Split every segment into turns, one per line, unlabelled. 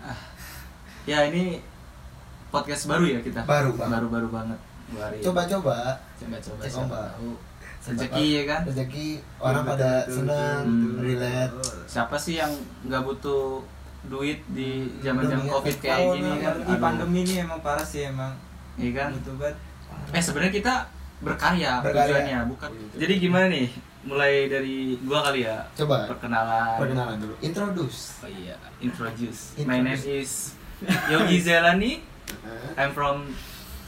Ah. Ya ini podcast baru ya kita.
Baru, Bang.
baru, baru banget. Dua hari.
Coba-coba
coba-coba.
Coba.
siapa tahu. Rezeki ya kan.
rezeki
Betul,
orang
gitu,
pada
betul,
senang,
betul, Hmm. betul.
relate.
Siapa sih yang nggak butuh duit di zaman-zaman
Dunia
covid kayak
Tahun
gini
ini
kan?
lagi
Aduh.
pandemi ini emang parah sih emang.
Iya kan?
gitu
Butuh banget.
Eh sebenarnya kita berkarya,
Berkarya.
tujuannya bukan. Jadi gimana nih? Mulai dari gua kali ya.
Coba
Perkenalan.
perkenalan dulu. Introduce.
Oh iya, introduce. My name
Introduce.
is Yogi Zelani. I'm from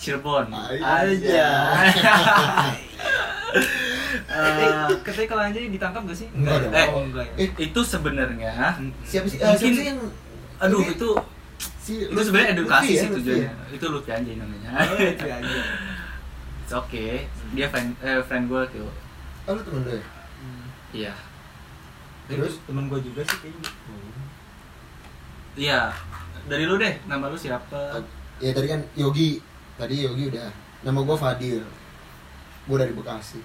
Cirebon.
Aja.
Eh, katanya kalau anjing ditangkap gak sih?
Enggak dong.
Eh,
Oh, enggak ya.
Eh,
itu sebenarnya
siapa sih? eh,
Mungkin-
siapa sih yang
aduh
Ini-
itu
si
itu sebenarnya edukasi
Lutfi ya,
sih
Lutfi
tujuannya.
ya?
Itu Lutfi anjing namanya.
Oh,
iya,
itu aja.
It's okay. Dia friend eh, friend gue tuh.
Oh, lu temen lu ya?
Hmm.
Iya.
Terus?
Terus temen gue juga sih
gitu.
kayaknya.
Iya. Dari lu deh, nama lu siapa?
Ya tadi kan Yogi. Tadi Yogi udah. Nama gua Fadil. Gua dari Bekasi.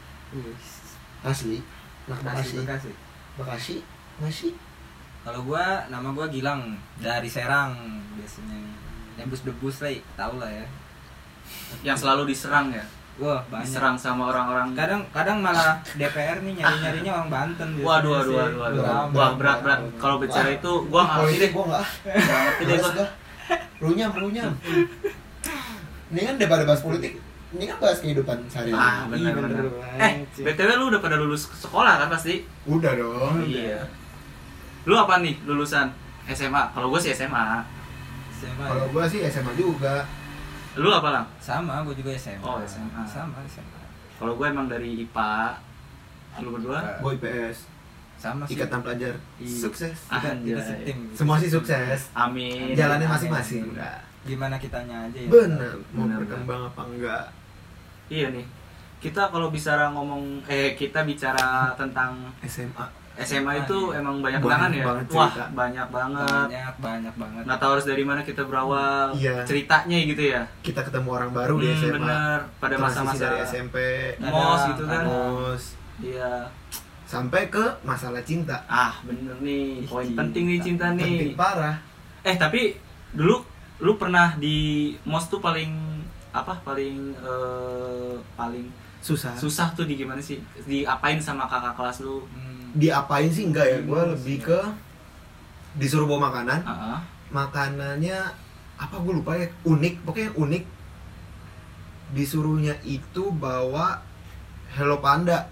Asli. Anak
Makasih,
Bekasi.
makasih.
Bekasi. Bekasi.
Kalau gua nama gua Gilang dari Serang biasanya debus-debus lah, tau lah ya.
Yang selalu diserang ya.
Wah banyak.
Diserang sama orang-orang
Kadang kadang malah DPR nih nyari nyarinya orang Banten. biasanya
Waduh, waduh,
sih.
waduh, waduh.
Beram.
Wah, Iya, Iya. berat, berat. Kalau bicara itu, gua nggak ngerti deh.
Gue nggak ah.
Nggak ngerti deh
Males
gua.
dah. Runyam, runyam. Ini kan daripada bahas politik. Ini kan bahas kehidupan
Ah,
sehari-hari.
benar
Ih,
benar.
banget
Eh,
sih.
BTW lu udah pada lulus sekolah kan pasti?
Udah dong.
Iya. Lu apa nih lulusan SMA? Kalau gua sih SMA.
SMA.
Kalau gua sih SMA juga.
Lu apa lang?
Sama, gua juga SMA.
Oh, SMA.
Sama SMA.
Kalau gua emang dari IPA. Lu berdua?
Gua IPS.
Sama sih.
Ikatan pelajar.
Iya.
Sukses.
Kita,
Anjay.
kita setim. gitu.
Semua sih sukses.
Amin.
Jalannya masing-masing.
Iya.
Gimana kitanya aja ya.
Benar. Mau
Benar,
berkembang apa enggak?
Iya nih. Kita kalau bicara ngomong eh kita bicara tentang
SMA.
SMA itu emang banyak
Banyak
tangan ya.
banget
Wah,
cerita.
banyak banget.
Banyak banyak banget.
Nggak tahu harus dari mana kita berawal
Iya.
ceritanya gitu ya.
Kita ketemu orang baru di
Hmm,
SMA.
Bener. Pada
Transisi
masa-masa
dari SMP,
mos gitu kan.
kampus,
Iya.
sampai ke masalah cinta.
Ah, bener nih.
Ih,
Poin
cinta.
penting nih cinta
Penting
nih.
parah.
Eh, tapi dulu lu pernah di mos tuh paling apa? Paling eh, paling
Susah.
susah tuh di gimana sih? Diapain sama kakak kelas lu?
Hmm.
Diapain sih enggak ya? Gua lebih ke disuruh bawa makanan.
Heeh.
makanannya apa gue lupa ya unik pokoknya unik disuruhnya itu bawa Hello Panda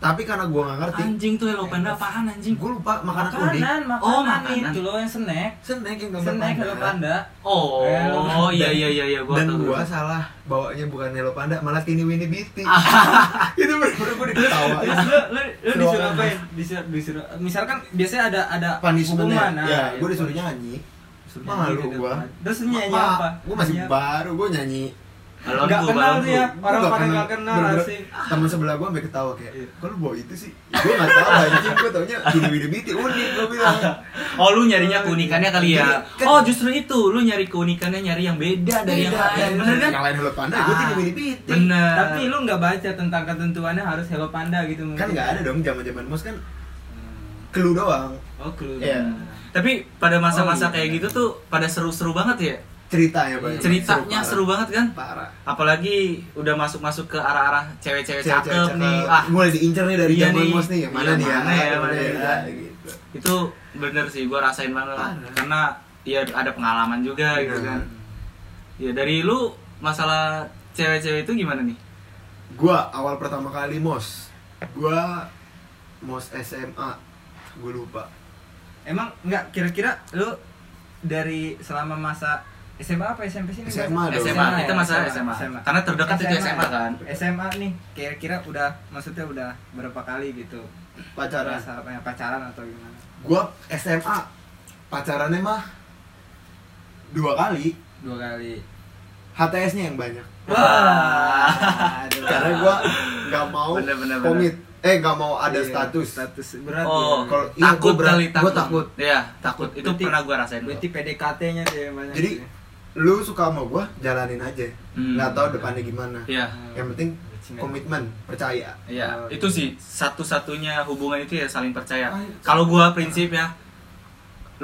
tapi karena gue nggak ngerti
Anjing tuh Hello Panda apaan anjing?
gue lupa makanan, unik
Makanan, makanan,
Oh, makanan.
itu loh yang snack.
snack yang gambar
Snack kalau
panda
Panda.
Oh,
Hello Panda.
iya iya iya iya gua
dan
tahu.
gue
gua.
salah bawanya bukan Hello Panda malah Tini Winnie Beauty
Ah.
itu bener-bener gue diketawain
Terus lu lu, lu disuruh
Ruangan.
apain? Disuruh disuruh misalkan biasanya ada ada
ah,
hukuman,
punishmentnya
nah,
ya
iya,
gue disuruh nyanyi
disuruh
Malu
nyanyi di
gua.
depan. Terus lu nyanyi apa?
gue masih
Nyanyi apa?
baru gue nyanyi
Balonku,
Nggak kenal
balonku.
tuh ya.
Gua
Orang
nggak
pada nggak kenal,
Bener-bener
asik.
temen sebelah gue sampai ketawa kayak
Iya.
kalau bawa itu sih gue nggak tahu anjing gue taunya Tini Winnie Beauty unik gue bilang
Oh lu nyarinya keunikannya kali ya?
Jadi, kan-
oh justru itu lu nyari keunikannya nyari yang beda dari yang
Beda,
lain,
dari
bener kan?
Yang lain Hello Panda, gue
Iya, Ah,
Tini Winnie Beauty.
Bener.
Tapi lu nggak baca tentang ketentuannya harus Hello Panda gitu mungkin.
Kan nggak ada dong zaman-zaman mos kan clue doang.
Oh, clue.
Iya.
Tapi pada masa-masa
Oh, iya.
kayak gitu tuh pada seru-seru banget ya.
Iya, Ceritanya banyak.
Ceritanya seru, banget kan?
parah.
Apalagi udah masuk-masuk ke arah-arah cewek-cewek
Cewek-cewek
cakep nih.
cakep.
Ah,
mulai diincar nih dari
Iya
zaman
nih.
mos nih. Yang mana
Iya,
nih ya?
mana ya, mana ya.
gitu.
itu bener sih gua rasain banget
Parah. Iya.
karena ya ada pengalaman juga gitu
Bener.
kan. Ya dari lu masalah cewek-cewek itu gimana nih?
Gua awal pertama kali mos. Gua mos SMA. Gue lupa.
Emang nggak kira-kira lu dari selama masa SMA apa SMP sih? ini?
SMA dong.
SMA,
SMA,
kita masalah SMA. Karena terdekat itu SMA kan.
SMA nih kira-kira udah maksudnya udah berapa kali gitu
Pacaran.
Masa apa ya, pacaran atau gimana?
Gua SMA pacarannya mah dua kali.
Dua kali.
HTS-nya yang banyak.
Wah.
Aduh.
karena gua nggak mau
Bener, bener, bener.
komit eh nggak mau ada
Iya,
status
status berat
Oh,
ya.
kalau iya,
takut
gua berat-
kali takut.
gua takut.
Iya, takut. Itu
Berarti-
pernah gua rasain.
berarti PDKT-nya tuh yang banyak
jadi
tuh ya.
lu suka sama gua jalanin aja
Hmm.
nggak tahu depannya gimana
Iya.
yang penting komitmen percaya
Iya,
Oh,
itu sih satu-satunya hubungan itu ya saling percaya.
Ah,
Kalau gua prinsip ya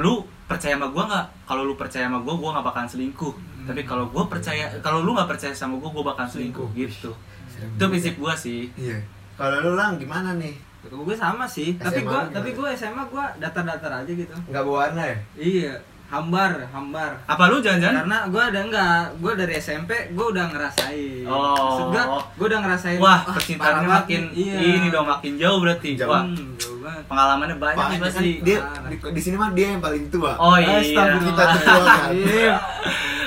lu percaya sama gua nggak kalau lu percaya sama gua gua nggak bakalan selingkuh tapi kalau gua percaya kalau lu nggak percaya sama gua gua bakalan selingkuh gitu itu prinsip gua sih
Iya. Kalau lu lang gimana nih?
gue sama sih tapi
SMA
gue
gimana?
tapi gue SMA gue datar-datar aja gitu
Nggak bawa warna ya?
iya hambar hambar
apa lu jangan-jangan
karena gue ada enggak gue dari SMP gue udah ngerasain
Oh.
gue gue udah ngerasain
wah
"Ah,
percintaannya
parah
makin
banget nih." iya.
ini dong makin jauh berarti
Jauh.
wah
Hmm, jauh banget.
pengalamannya banyak nih
Makanya kan
pasti
dia di, di sini mah dia yang paling tua.
oh iya
Kita berdua kan.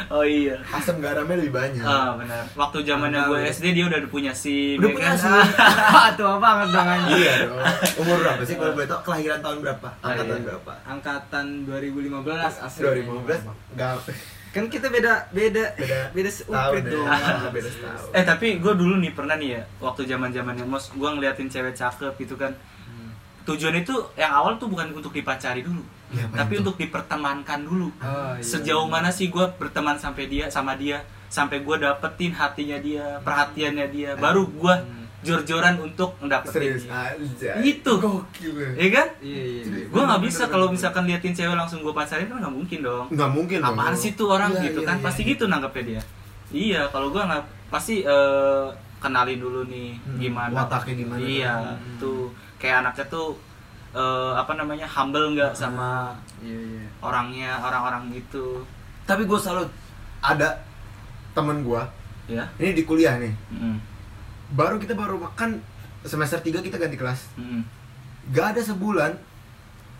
oh iya
Asam garamnya lebih banyak.
ah benar waktu zamannya gue SD dia udah punya
Iya.
SIM
Udah
ya
punya
kan?
SIM.
Ah, tua banget dong anjing.
Iya dong. Umur berapa sih kalau boleh tau kelahiran tahun berapa?
Ah,
Angkatan
iya.
berapa?
angkatan 2015 asli
2015 enggak
kan kita beda beda
Beda
beda
tahun
seuprit
ya.
dong
Ah, beda setahun.
Eh tapi gue dulu nih pernah nih ya waktu zaman zamannya mos gue ngeliatin cewek cakep gitu kan
Hmm.
tujuan itu yang awal tuh bukan untuk dipacari dulu
Ya,
Iya,
apa
tapi
itu?
untuk dipertemankan dulu
Oh, iya.
sejauh mana sih gue berteman sampai dia sama dia sampai gue dapetin hatinya dia
Hmm.
perhatiannya dia baru gue jor-joran untuk mendapetin
Serius
dia
aja.
Itu.
gokil. ya.
Iya kan
Ah, iya iya iya.
gue nggak bisa kalau misalkan liatin cewek langsung gue pacarin kan nggak mungkin dong
Nggak mungkin dong.
apaan sih tuh orang
Iya,
gitu
iya,
kan
iya,
pasti
iya.
gitu nangkepnya dia iya kalau gua nggak pasti eh, kenalin dulu nih
Hmm,
gimana
wataknya gimana.
iya
Hmm.
tuh kayak anaknya tuh eh, apa namanya humble nggak
Hmm.
sama
iya iya
orangnya orang-orang gitu
Tapi gue selalu ada temen gue.
ya
Ini di kuliah nih.
Mm-mm.
Baru kita baru makan semester 3 kita ganti kelas.
Mm-mm.
Gak ada sebulan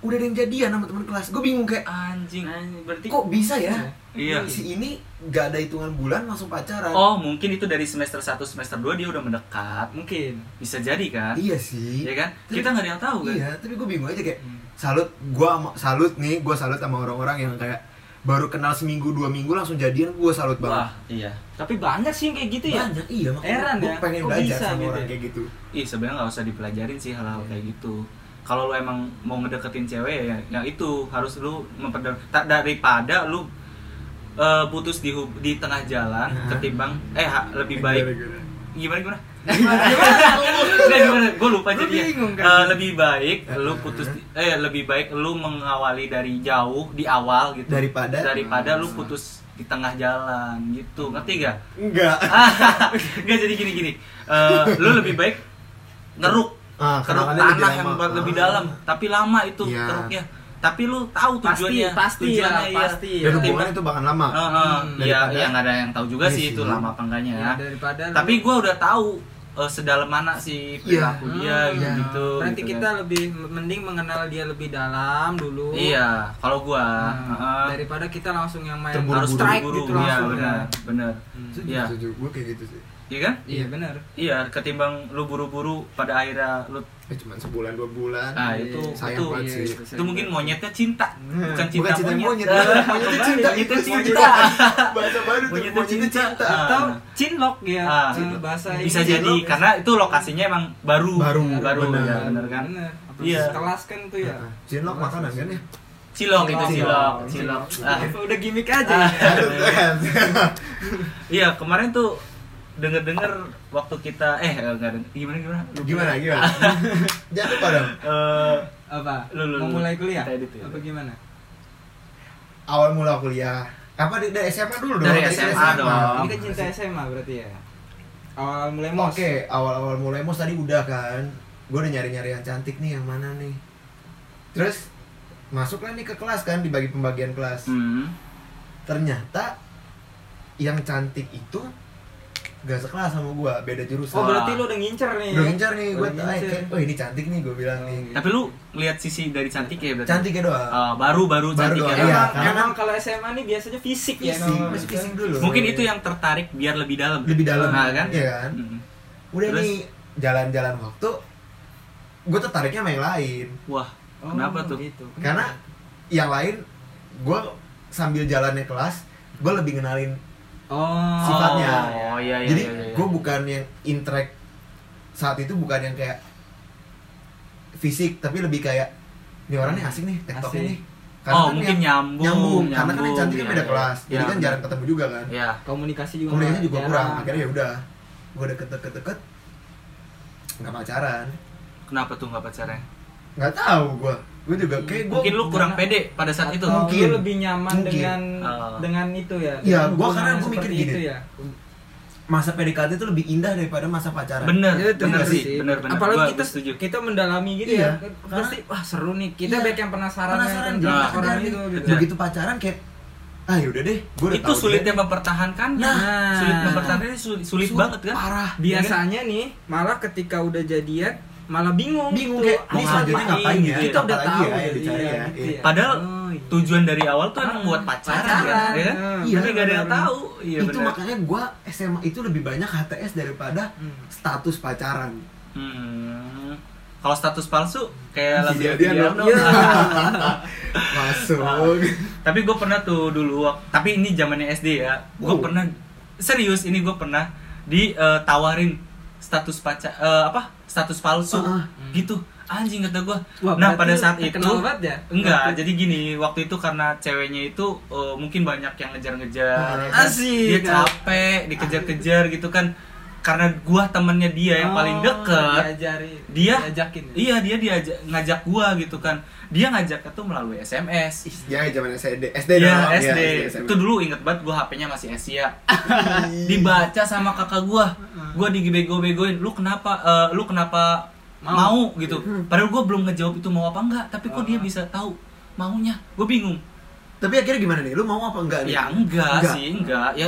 udah ada yang jadian sama teman kelas. Gue bingung kayak
anjing
Nah, berarti
kok bisa ya?
iya
Si ini gak ada hitungan bulan langsung pacaran.
oh mungkin itu dari semester 1 semester 2 dia udah mendekat
mungkin
bisa jadi kan
Iya sih.
ya kan kita nggak ada yang tahu kan Hmm.
Iya, tapi gue bingung aja kayak salut gua ama- salut nih, gua salut sama orang-orang yang kayak baru kenal seminggu dua minggu langsung jadian gua salut
wah
banget.
iya
tapi banyak sih yang kayak gitu ya
Banyak iya makanya
Heran
gua
ya,
pengen
kok
belajar
bisa
sama
gitu
orang
ya?
kayak gitu.
ih sebenarnya nggak usah dipelajarin sih hal-hal kayak gitu kalau lu emang mau ngedeketin cewek ya yang itu harus lu memperdalam Ta- daripada lu eh, putus di hub- di tengah jalan
Hah?
ketimbang eh ha- lebih baik
Gara-gara.
gimana gimana Enggak, gimana gue lupa
Lu
jadi
bingung kan?
lebih baik lu putus di- eh lebih baik lu mengawali dari jauh di awal gitu
Daripada-
daripada lu putus di tengah jalan gitu ngerti gak
Enggak.
Enggak jadi gini gini. Eh, lu lebih baik ngeruk.
Ah,
keruk
kenangannya
tanah
lebih
yang
lama.
ba- lebih
Ah.
dalam, tapi lama itu
Iya.
keruknya. Tapi lu tahu
Pasti,
tujuannya.
pasti
tujuannya,
ya,
iya.
pasti.
Dan hubungannya
Ketimbang-
itu bahkan lama.
Heeh, ya
Hmm. Daripada-
yang ada yang tahu juga
Iya
sih itu
sih.
lama apa enggaknya ya.
Ya, daripada lu-
Tapi gua udah tahu eh, sedalam mana sih perilaku
Hmm,
dia
iya.
gitu.
berarti
gitu
kita
kan.
lebih mending mengenal dia lebih dalam dulu
Iya, kalau gua ah,
Nah,
heeh,
daripada kita langsung yang main
Terburu-buru.
harus strike gitu
buru-buru. Iya,
langsung
benar, benar.
Hmm.
Setuju,
Iya.
setuju. Gua kayak gitu sih.
Iya kan?
iya benar
Iya, ketimbang lu buru-buru pada akhirnya lu
Eh, cuman sebulan dua bulan.
Nah,
Iya,
itu
sayang
itu
banget sih.
itu mungkin monyetnya cinta bukan cinta
Bukan cinta monyet,
Ah,
monyetnya cinta,
monyetnya
itu
cinta.
Bahasa baru tuh,
Monyetnya
monyetnya
cinta.
cinta.
atau
Ah.
cinlok ya
Ah,
eh,
cinlok.
bahasa
bisa
Inggris.
jadi karena itu lokasinya emang baru
Baru,
baru
benar.
Iya,
ya, benar kan
Bener. Apalagi
Iya.
Kelas kan tuh ya.
Nah, Cinlok makanan kan ya?
cilok itu cilok
Cilok.
cilok Ah,
Udah gimmick aja. ya?
Iya,
iya kemarin tuh denger dengar waktu kita eh enggak denger. gimana gimana Lu-
Gimana
Iya,
gimana? Jangan lupa dong.
eh,
Apa?
Lu, lu, lu.
Mau mulai kuliah?
Kita edit ya.
Apa gimana?
awal mula kuliah apa di- dari SMA dulu dong
Dari
Tadi kan
SMA iya, dong.
Ini kan cinta SMA berarti ya. Awal mulai mos.
oke awal awal mulai mos tadi udah kan gue udah nyari nyari yang cantik nih yang mana nih terus masuklah nih ke kelas kan dibagi pembagian kelas
hmm,
ternyata yang cantik itu gak sekelas sama gue beda jurusan
Oh,
Wah.
berarti lu udah ngincer
ya?
nih.
Udah ngincar nih gue
Udah ngincer.
kayak, oh ini cantik nih gue bilang nih
tapi lu lihat sisi dari cantik ya berarti
cantiknya doang
Ah, baru baru
Baru
cantik
doang,
ya
iya.
Emang,
karena-
emang kalau SMA nih biasanya fisik ya.
Fisik,
emang.
masih fisik dulu
Iya, mungkin itu yang tertarik biar lebih dalam
iya. lebih dalam
nah, kan
Iya kan
Mm.
udah
Terus?
nih jalan-jalan waktu gue tertariknya sama yang lain
wah
Oh,
kenapa tuh
Gitu.
karena yang lain gue sambil jalannya kelas gue lebih ngenalin
Oh.
Sifatnya.
Oh, iya, iya,
jadi
iya, iya.
gue bukan yang intrek saat itu bukan yang kayak fisik tapi lebih kayak ini orangnya asik nih tiktoknya
Asik.
nih
Oh,
kan
mungkin
yang-
nyambung,
karena kan yang
nyambung,
cantik kan
iya,
beda
iya.
kelas jadi
Iya.
kan jarang ketemu juga kan
ya
Komunikasi juga.
komunikasi juga
jarang.
kurang akhirnya ya udah gue deket-deket-deket nggak pacaran
kenapa tuh nggak pacaran
nggak tahu gue gue juga kayak gue
mungkin lu kurang
Gimana?
pede pada saat itu
Atau- Mungkin.
mungkin lebih nyaman
Mungkin.
dengan
Ah.
dengan itu ya
Iya,
Dengan
gua
hubungan
karena
yang
gua mikir
seperti
gini.
itu ya
masa PDKT itu lebih indah daripada masa pacaran
bener
Iya, itu
bener
bener
Ya, sih
sih.
bener bener
apalagi
Gua-
kita
gua setuju
kita mendalami gitu
Iya,
ya
karena-
pasti wah seru nih kita
Iya.
banyak yang penasaran,
penasaran
tentang
jangan
nah,
orang
nih.
itu
Iya.
gitu
begitu pacaran kayak ah yaudah deh gue udah
itu
tahu
sulitnya
dia.
mempertahankan
Nah.
sulit mempertahankan sulit, sulit banget kan
parah
biasanya nih malah ketika udah jadian malah bingung
bingung
gitu.
kayak
Mau
ini selanjutnya
ngapain
ngapain ya
gitu ya.
kita udah
Apalagi
tahu
ya yang
gitu,
dicari
iya,
ya
gitu
Iya.
ya.
Padahal
Oh, iya.
tujuan dari awal tuh
Ah,
emang buat pacaran,
pacaran,
ya kan?
ah,
Iya, tapi
benar,
gak ada yang
benar.
tahu. Iya
itu
benar.
makanya gue SMA itu lebih banyak HTS daripada
Hmm.
status pacaran
Hmm. Kalau status palsu kayak lagu
Iya,
video
dia
doang.
dong. masuk
Tapi gue pernah tuh dulu, wak- tapi ini zamannya SD ya. Gue
Wow.
pernah serius ini gue pernah ditawarin status pacar eh, apa? Status palsu
Ah, ah.
gitu. Anjing kata gue.
Wah,
Nah,
berarti
pada saat itu
terkenal banget ya?
enggak.
Waktu-
Jadi gini, waktu itu karena ceweknya itu eh, mungkin banyak yang ngejar-ngejar. dia
Ah,
asik kan?
capek dikejar-kejar gitu kan karena gua temennya dia yang paling
Oh,
deket
diajari
dia
diajakin ya?
iya dia diajak ngajak gua gitu kan dia ngajak itu melalui sms
ya zaman SD SD dong
Iya,
ya,
SD.
SMA.
Itu dulu inget banget gua HP-nya masih Asia. Dibaca sama kakak gua. Gua dibego-begoin, "Lu kenapa eh, lu kenapa mau.
Mau."
gitu?" Padahal gua belum ngejawab itu mau apa enggak, tapi kok dia bisa tahu maunya. Gua bingung.
tapi akhirnya gimana nih lu mau apa enggak nih
Ya enggak, sih, enggak. Ya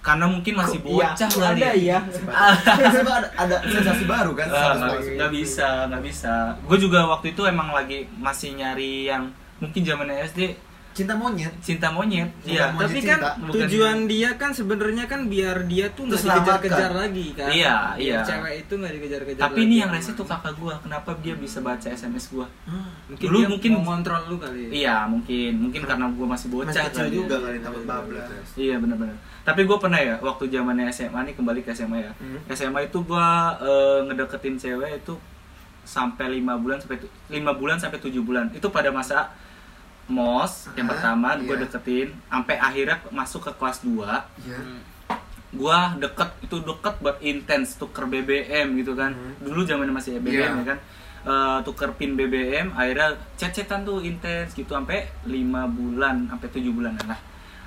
karena mungkin masih
Iya,
bocah kali.
ada ya
Tiba-tiba ada, Kan ada sensasi baru kan
Ah,
status
nggak
pacaran.
nggak bisa nggak bisa gue juga waktu itu emang lagi masih nyari yang mungkin zaman SD
cinta monyet
cinta monyet iya
monyet.
tapi kan
Cinta.
tujuan dia kan sebenarnya kan biar dia tuh nggak
Terselamatkan.
dikejar-kejar lagi kan
Iya,
Biar
iya.
cewek itu nggak dikejar-kejar
tapi
lagi
ya.
ini yang
sama-
rese tuh kakak gue kenapa dia bisa baca SMS gue
mungkin
Dulu
dia
mungkin-
mau kontrol lu kali ya
iya mungkin mungkin karena gue masih bocah
masih kecil
kali ya.
juga kali takut bablas
iya benar-benar tapi gue pernah ya waktu zamannya SMA nih kembali ke SMA ya
Hmm.
SMA itu gue ngedeketin cewek itu sampai lima bulan sampai tu- lima bulan sampai tujuh bulan itu pada masa mos yang
Aha,
pertama gue
iya.
deketin sampai akhirnya masuk ke kelas 2
Iya.
Hmm.
gua deket itu deket buat intens tuker BBM gitu kan
Mhm.
dulu zaman masih BBM ya kan Eh, tuker pin BBM akhirnya cecetan tuh intens gitu sampai 5 bulan sampai 7 bulan lah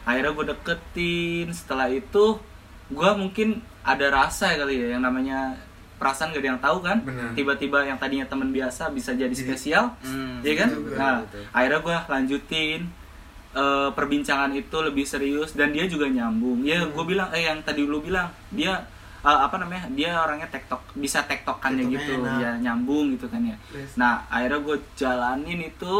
akhirnya gue deketin setelah itu gua mungkin ada rasa ya kali ya yang namanya perasaan gak ada yang tahu kan
Benar.
tiba-tiba yang tadinya teman biasa bisa jadi
Jadi-
spesial
Hmm.
Iya kan?
Betul, betul,
nah,
betul.
akhirnya gue lanjutin eh, perbincangan itu lebih serius dan dia juga nyambung.
Hmm.
Ya, gue bilang eh yang tadi lu bilang dia eh, apa namanya? Dia orangnya tektok bisa tektokannya
Tektoknya
gitu,
enak.
ya nyambung gitu kan ya.
Yes.
Nah, akhirnya gue jalanin itu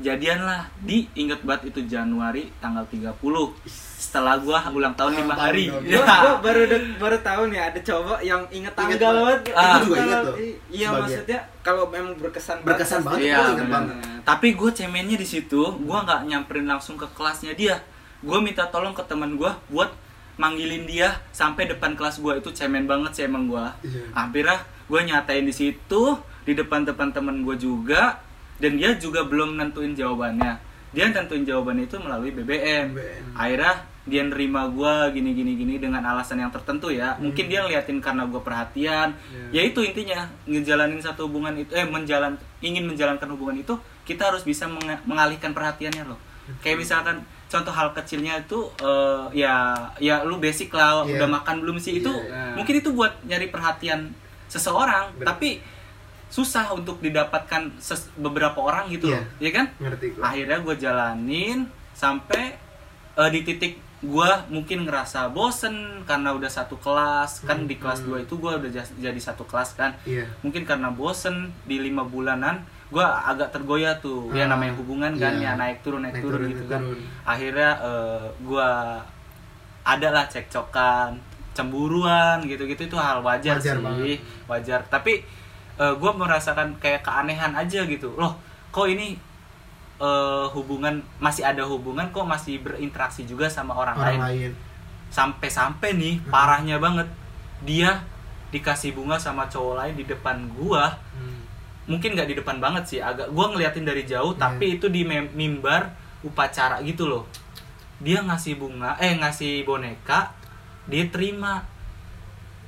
jadian lah di inget banget itu Januari tanggal 30 setelah gua ulang tahun lima
Ulang
hari
tahun dong.
Ya.
Gua, gua baru de- baru tahu nih ada cowok yang inget
Inget
tanggal
banget.
banget.
Ah.
Gua juga inget loh,
I- Iya
sebagian.
maksudnya kalau memang berkesan
Berkesan banget,
Iya,
gua inget
bener.
banget.
Tapi gue cemennya di situ, gue nggak nyamperin langsung ke kelasnya dia. Gue minta tolong ke teman gue buat manggilin dia sampai depan kelas gue itu cemen banget sih emang gue.
Iya.
Akhirnya gue nyatain di situ di depan-depan teman gue juga dan dia juga belum nentuin jawabannya. Dia nentuin jawabannya itu melalui BBM.
BBM.
Akhirnya dia nerima gue gini gini gini dengan alasan yang tertentu ya. Mungkin dia ngeliatin karena gue perhatian. Ya itu intinya ngejalanin satu hubungan itu eh menjalan ingin menjalankan hubungan itu kita harus bisa menge- mengalihkan perhatiannya loh. Kayak misalkan contoh hal kecilnya itu eh, ya ya lu basic lah
Iya.
udah makan belum sih itu
Iya.
mungkin itu buat nyari perhatian seseorang
Nah. Bener.
tapi susah untuk didapatkan ses- beberapa orang gitu
Iya.
loh ya kan
ngerti gue
akhirnya gue jalanin sampai eh, di titik gue mungkin ngerasa bosen karena udah satu kelas kan di kelas
Hmm.
2 itu gue udah jas- jadi satu kelas kan
iya
mungkin karena bosen di lima bulanan gue agak tergoyah tuh ya
Ah,
namanya hubungan kan ya
iya.
naik turun naik,
Naik
turun,
turun,
gitu
naik
kan
turun.
akhirnya eh, gue adalah cekcokan cemburuan gitu-gitu itu hal wajar, sih
Wajar banget.
wajar tapi gue merasakan kayak keanehan aja gitu loh kok ini eh, hubungan masih ada hubungan kok masih berinteraksi juga sama orang,
orang
lain
lain
sampai-sampai nih parahnya banget dia dikasih bunga sama cowok lain di depan gua mungkin nggak di depan banget sih agak gua ngeliatin dari jauh
Iya.
tapi itu di mem- mimbar upacara gitu loh dia ngasih bunga eh ngasih boneka dia terima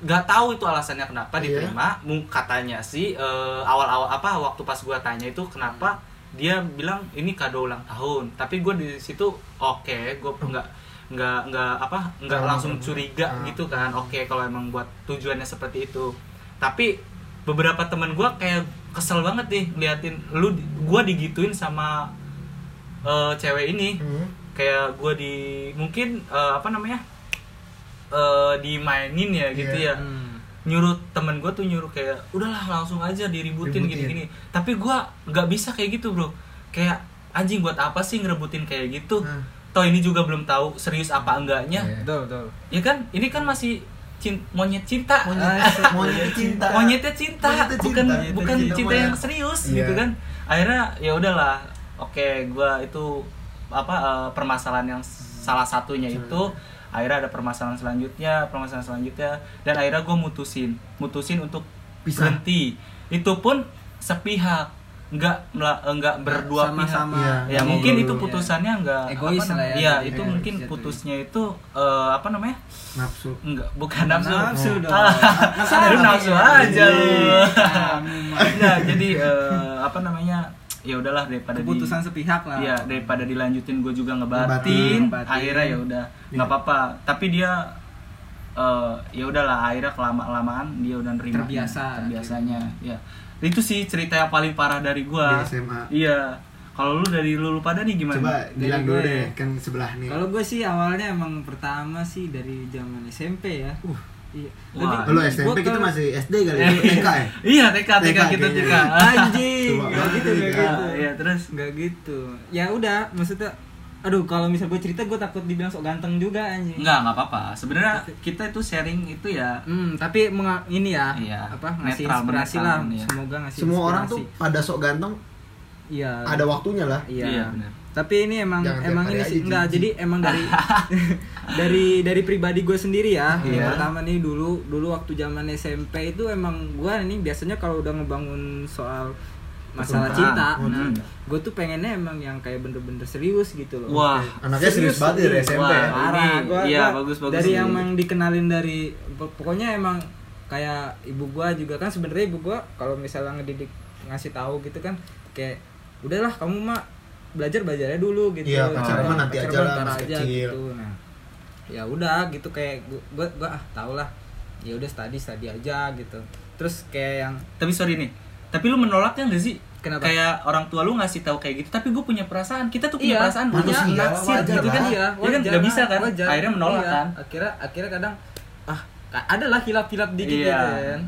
nggak tahu itu alasannya kenapa
Iya.
diterima Mu- katanya sih eh, awal-awal apa waktu pas gua tanya itu kenapa dia bilang ini kado ulang tahun tapi gua di situ oke gua nggak nggak nggak apa nggak
Oh. Nggak
langsung
langsung.
curiga
Ah.
gitu kan oke kalau emang buat tujuannya seperti itu tapi beberapa teman gua kayak kesel banget nih liatin lu gua digituin sama eh, cewek ini
Hmm.
kayak gue di mungkin eh, apa namanya eh, dimainin ya gitu ya
Iya.
nyuruh temen gue tuh nyuruh kayak udahlah langsung aja diributin
Ributin.
gini-gini tapi gue nggak bisa kayak gitu bro kayak anjing buat apa sih ngerebutin kayak gitu
Nah.
toh ini juga belum tahu serius apa enggaknya
Iya.
Betul, betul.
ya kan ini kan masih cin- monyet cinta
Monyet, monyet cinta.
monyetnya cinta,
Monyetnya cinta.
bukan
Monyetnya
bukan
cinta,
cinta,
monyet.
yang serius
Iya.
gitu kan akhirnya ya udahlah oke gua itu apa eh, permasalahan yang salah satunya itu akhirnya ada permasalahan selanjutnya permasalahan selanjutnya dan akhirnya gua mutusin mutusin untuk
Pisah.
berhenti itu pun sepihak nggak mela- enggak berdua pihak
sama-sama
Iya.
ya
Iya,
mungkin
iya,
itu
iya.
putusannya nggak apa
Egois lah
namanya-
ya,
Iya,
jadi
itu
egois
mungkin
jatuhnya.
putusnya itu eh, apa namanya
Nafsu.
Enggak, bukan nafsu.
Nafsu dong.
Ah, lu nafsu aja lu.
ya? Iya.
Nah, jadi eh, apa namanya? Ya udahlah daripada di-
keputusan sepihak
Nah.
lah
Iya, daripada dilanjutin gue juga ngebatin,
Ngebatin, ngebatin.
akhirnya ya udah nggak
Iya.
apa-apa. Tapi dia eh, ya udahlah akhirnya kelama kelamaan dia udah nerima
Terbiasa.
terbiasanya ya itu sih cerita yang paling parah dari gua
Di SMA.
iya kalau lu dari lu, lu pada nih gimana Eh,
Coba bilang dulu
gue.
deh, kan sebelah nih.
ya. Kalau gue sih awalnya emang pertama sih dari zaman SMP ya. Uh, iya.
Wah.
Lu
gua
SMP kita
kalau-
masih SD kali ya, lu TK ya?
iya TK TK
TK,
kita
kayaknya.
TK
Anjing,
Tua
nggak gitu,
banget
nggak
juga.
gitu.
Iya, terus?
nggak gitu. Ya udah, maksudnya, aduh kalau misal gue cerita gue takut dibilang sok ganteng juga anjing.
Enggak, enggak apa-apa. Sebenarnya kita itu sharing itu ya
Hmm, tapi menga- ini ya,
Iya.
apa ngasih
Netral,
inspirasi
netral,
lah,
iya.
semoga ngasih
Semua orang tuh
inspirasi.
pada sok ganteng,
iya.
ada waktunya lah.
Iya.
Iya, benar.
Tapi ini emang
Jangan tiap
emang
hari
ini
aja,
sih enggak
jijik.
jadi emang dari dari dari pribadi gue sendiri ya. Yang
Iya.
pertama nih dulu dulu waktu zaman SMP itu emang gue ini biasanya kalau udah ngebangun soal masalah
Percintaan.
cinta,
Oh,
nah,
cinta.
gue tuh pengennya emang yang kayak bener-bener serius gitu loh.
Wah.
Anaknya serius banget dari
nih.
SMP
Wah,
ya.
Parah,
ini,
gua,
iya,
gua
bagus, bagus
dari
sih.
yang emang dikenalin dari pokoknya emang kayak ibu gua juga kan sebenarnya ibu gua kalau misalnya ngedidik ngasih tahu gitu kan kayak udahlah kamu mah belajar belajarnya dulu gitu
Iya, pacaran
Jangan
mah nanti
pacaran
aja lah,
ntar
masih kecil.
gitu nah ya udah gitu kayak gua gua, gua ah tau lah ya udah study study aja gitu terus kayak yang
Tapi sorry nih. Tapi lu menolaknya enggak sih?
Kenapa?
Kayak orang tua lu ngasih tahu kayak gitu, tapi gue punya perasaan. Kita tuh punya
Iya,
perasaan, punya
manusia,
naksir
wajar
gitu kan.
lah.
Iya, kan
wajar
enggak
lah,
bisa kan?
wajar.
Akhirnya menolak
Iya,
kan.
akhirnya akhirnya kadang ah ka- adalah hilap-hilap dikit
Iya.
gitu kan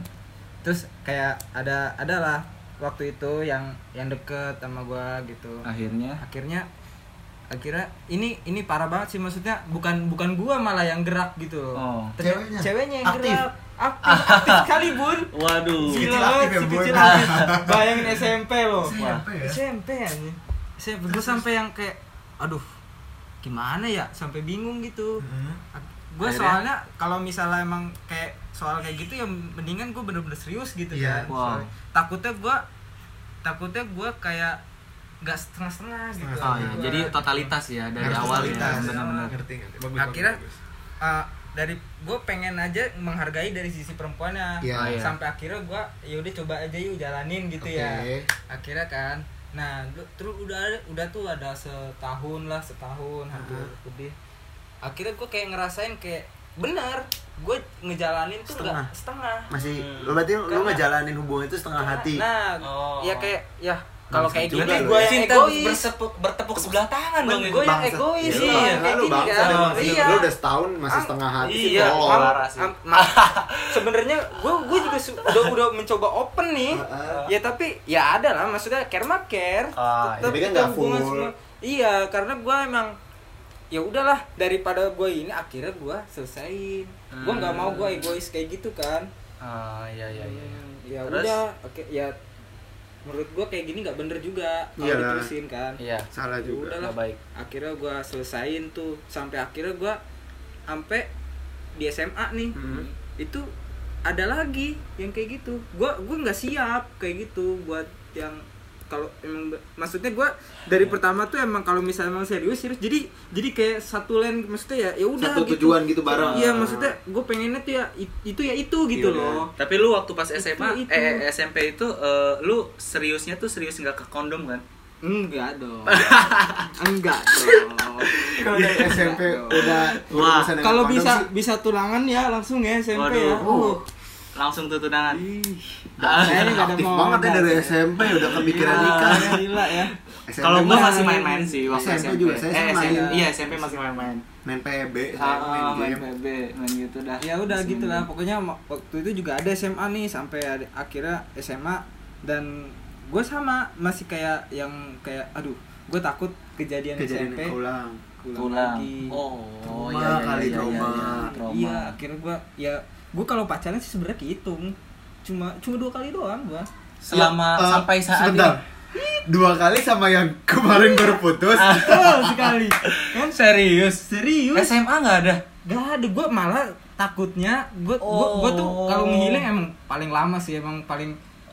terus kayak ada adalah waktu itu yang yang deket sama gua gitu
Akhirnya
akhirnya akhirnya ini ini parah banget sih maksudnya bukan bukan gua malah yang gerak gitu loh
Oh.
Ceweknya?
Ternyata- cewenya yang
Aktif?
gerak aktif aktif sekali bun
Waduh.
Gila.
Gila
kecil
banget,
aktif ya,
si
Boy.
kecil aktif. Bayangin SMP loh.
Oh, iya.
SMP ya?
SMP anjing. SMP gue sampai yang kayak aduh gimana ya sampai bingung gitu.
Hmm.
Gue
Akhirnya?
soalnya kalau misalnya emang kayak soal kayak gitu ya mendingan gue bener-bener serius gitu
Iya.
kan.
Wow.
Soalnya Takutnya gue takutnya gue kayak nggak setengah-setengah gitu.
Setengah-setengah.
Oh, iya. Jadi totalitas ya dari
Harus
awal ya.
totalitas.
Benar-benar.
Ngerti, ngerti. Bagus,
Akhirnya-
bagus, bagus.
Uh, dari gue pengen aja menghargai dari sisi perempuannya
Iya.
Ah, iya.
sampai akhirnya gue yaudah coba aja yuk jalanin gitu
Oke.
ya akhirnya kan nah lu- terus udah ada- udah tuh ada setahun lah setahun hampir lebih akhirnya gue kayak ngerasain kayak benar gue ngejalanin tuh nggak setengah
Masih, lo berarti lo
Karena-
ngejalanin hubungan itu setengah hati.
nah
Oh.
ya kayak ya kalau
Bangsat
kayak
juga
gini
lu ya.
gue yang
kan Cinta
egois
bersepuk- bertepuk sebelah tangan dong
gue yang
Bangsat.
egois
Iya,
sih
bangsa.
kayak
Lu
gini
bangsa
kan
emang sih.
iya
Lu udah setahun masih
Am-
setengah hati.
Iya,
tolol.
parah. sih.
Am- ma- sebenarnya gue gue juga su- udah udah mencoba open nih
Heeh.
ya tapi ya ada lah maksudnya care mah care
Ah,
Tetep
tapi kan
kita
nggak
hubungan
full.
semua. iya karena gue emang ya udahlah daripada gue ini akhirnya gue selesaiin gue nggak mau gue egois kayak gitu kan
Ah, iya Hmm. iya iya.
ya
Terus?
udah oke ya menurut gue kayak gini nggak bener juga kalau
Iyalah.
diterusin kan
Iya.
Salah
Ya
juga.
udahlah.
Nggak baik.
akhirnya gue selesain tuh sampai akhirnya gue sampai di SMA nih
Hmm.
itu ada lagi yang kayak gitu gue gue nggak siap kayak gitu buat yang kalau emang maksudnya gue dari
Iya.
pertama tuh emang kalau misalnya emang serius serius jadi jadi kayak satu lane maksudnya ya ya udah
Satu tujuan gitu bareng.
iya maksudnya gue pengennya tuh ya i- itu ya itu
Iya,
gitu loh
Tapi lu waktu pas SMA,
itu.
eh eh, SMP itu eh, lu seriusnya tuh serius nggak ke kondom kan?
enggak dong enggak dong
Kalau dari SMP udah
Wah,
berurusan dengan
kalau
kondom
bisa
sih.
bisa tulangan ya langsung ya SMP ya
Waduh.
Oh.
Langsung tuh
Iya.
tunangan.
Ah, saya ini nggak
Nah,
Iya. ada
aktif
mau
banget ya
ada.
dari SMP udah kepikiran
Gila,
nikah.
gila ya
SMP
Kalau gua
mah
masih main-main sih waktu
SMP
SMP.
juga, saya
eh,
sama
SMP.
aja.
Iya, SMP masih main-main.
main PB, saya
Ah,
main
main
game.
PB, main gitu dah. Ya udah gitu lah, pokoknya ma- waktu itu juga ada SMA nih sampai ada- akhirnya SMA dan gue sama masih kayak yang kayak aduh gue takut kejadian,
Kejadian
SMP
ulang.
pulang
Pulang.
lagi.
Oh,
Trauma kali, trauma.
Iya, akhirnya gue ya gue kalau pacaran sih sebenarnya hitung cuma cuma dua kali doang gue.
Selama
Ya, eh,
sampai saat
sebentar.
ini.
Dua kali sama yang kemarin baru putus.
Ah.
Betul sekali. Kan
Serius.
serius.
SMA nggak ada.
Gak ada, gue malah takutnya gue gue gue tuh
Oh.
kalau ngehealing emang paling lama sih emang paling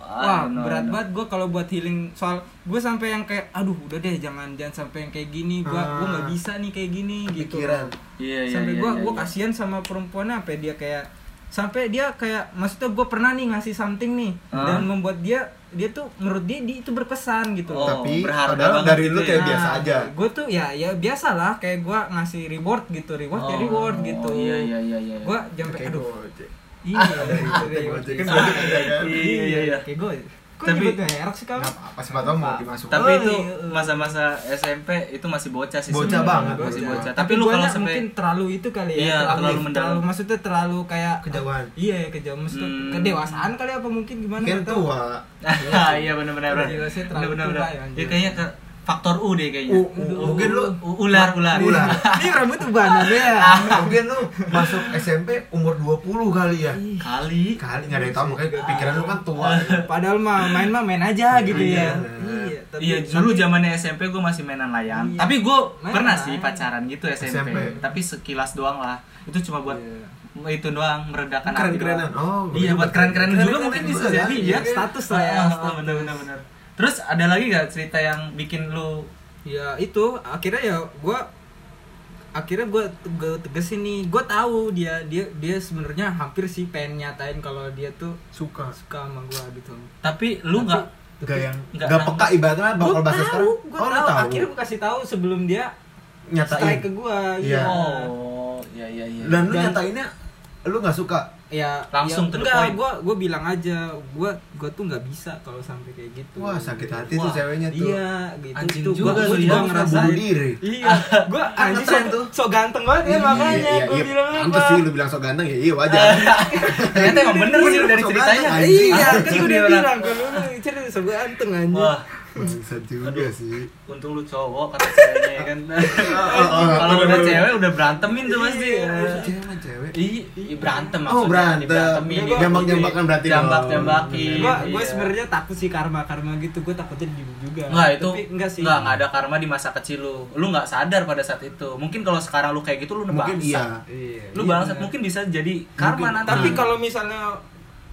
Wah,
wah
no,
berat
no.
banget gue kalau buat healing soal gue sampai yang kayak aduh udah deh jangan jangan sampai yang kayak gini gue gue nggak bisa nih kayak gini gitu
Pikiran.
Ah. Iya, iya,
sampai
iya,
gue
iya,
gue
iya.
kasihan sama perempuannya sampai dia kayak sampai dia kayak maksudnya gue pernah nih ngasih something nih
Hah?
dan membuat dia dia tuh menurut dia, dia itu berkesan gitu
Oh,
Tapi
berharga
padahal
banget
dari
gitu
lu
ya.
kayak biasa aja.
gue tuh ya ya biasa lah kayak gue ngasih reward gitu reward ya reward gitu
Iya, iya, iya, iya.
gue sampai
Kayak
aduh
Gojek.
iya
Kayak Gojek kan Gojek ada kan.
Iya, iya, iya.
kayak gue kok
Tapi-
nyebutnya herok sih kamu
Nggak apa-apa siapa tahu mau dimasukin.
Tapi
Oh,
itu
iya.
masa-masa SMP itu masih bocah sih.
Bocah
sebenarnya.
banget,
masih
bocah.
bocah. Tapi
Hmm, tapi,
lu
gua
kalau
nya mungkin
sampai
terlalu itu kali ya
Iya, terlalu mendalam.
terlalu maksudnya terlalu kayak
Kejauhan.
iya kejauhan maksudnya
Hmm.
kedewasaan kali apa mungkin gimana
Mungkin
nggak tahu.
tua.
Ah, iya benar-benar.
Udah jelasnya terlalu
Benar-benar.
tua
benar.
ya, anjing.
Ya kayaknya ke faktor U deh kayaknya.
U, U, U. Mungkin lu
U- ular, ular.
Ular.
ini rambut tuh banget ya
mungkin lu masuk SMP umur 20 kali ya.
Kali.
Kali nggak ada yang tahu makanya pikiran lu kan tua.
padahal mah main mah main aja gitu ya
Iya.
iya tapi
Iya, dulu zamannya SMP gue masih mainan layang.
Iya.
Tapi gue
Mainan
pernah sih
layang.
pacaran gitu SMP.
SMP.
Tapi sekilas doang lah. Itu cuma buat
Iya.
itu doang meredakan hati
Keren-kerenan.
doang.
Oh,
iya, buat keren-keren
keren-keren
juga mungkin bisa
juga
jadi ya.
kan? Iya,
status lah ya
Ah,
status.
bener bener bener. Terus ada lagi gak cerita yang bikin lu
ya itu akhirnya ya gue akhirnya gue gue tegesin nih gue tahu dia dia dia sebenarnya hampir sih pengen nyatain kalau dia tuh
Suka.
suka sama gue gitu
tapi lu nggak
Gak yang
Nggak
gak
nambah.
peka ibaratnya bakal
Gua
bahasa
tahu,
sekarang.
gua
Oh, lu
tahu.
tahu.
akhirnya gue kasih tahu sebelum dia
nyatain.
strike ke gue
Iya.
oh iya iya iya
Dan lu
ya. Dan-
nyatainnya lu nggak suka.
ya
Langsung
ya,
to the
enggak,
point.
gue gue bilang aja gue gue tuh nggak bisa kalau sampai kayak gitu
Wah, sakit hati
Wah,
tuh ceweknya tuh.
iya gitu
Anjing
itu gue
juga
gue
lu
juga
ya,
bunuh
ngerasain
diri.
iya gue anjing so,
ngetren tuh.
so ganteng banget ya makanya
iya,
gue
iya.
bilang
Pantes
apa
sih lu bilang sok ganteng ya iya wajar.
ternyata emang bener sih dari
Sobat,
ceritanya
anjing.
iya kan
Anjing dia
gue udah
bilang.
bilang kalau lu cerita so ganteng anjing
wah
Bangsa juga
Aduh.
sih. Oh,
untung lu cowok kata ceweknya ya kan kalau udah cewek udah berantemin tuh
Iya,
pasti
Cewek sama cewek.
Ih, ih, berantem
Oh, berantem.
ini
Jambak-jambakan berarti dong.
Jambak-jambakin.
gue gue
Iya.
sebenarnya takut sih karma karma gitu gue takutnya gitu juga
Enggak itu
Tapi enggak sih
enggak, enggak ada karma di masa kecil lu. Lu enggak sadar pada saat itu. Mungkin kalau sekarang lu kayak gitu lu
Mungkin
bangsat.
iya.
Lu bangsat mungkin bisa jadi karma nanti.
Nah,
Nah.
tapi kalau misalnya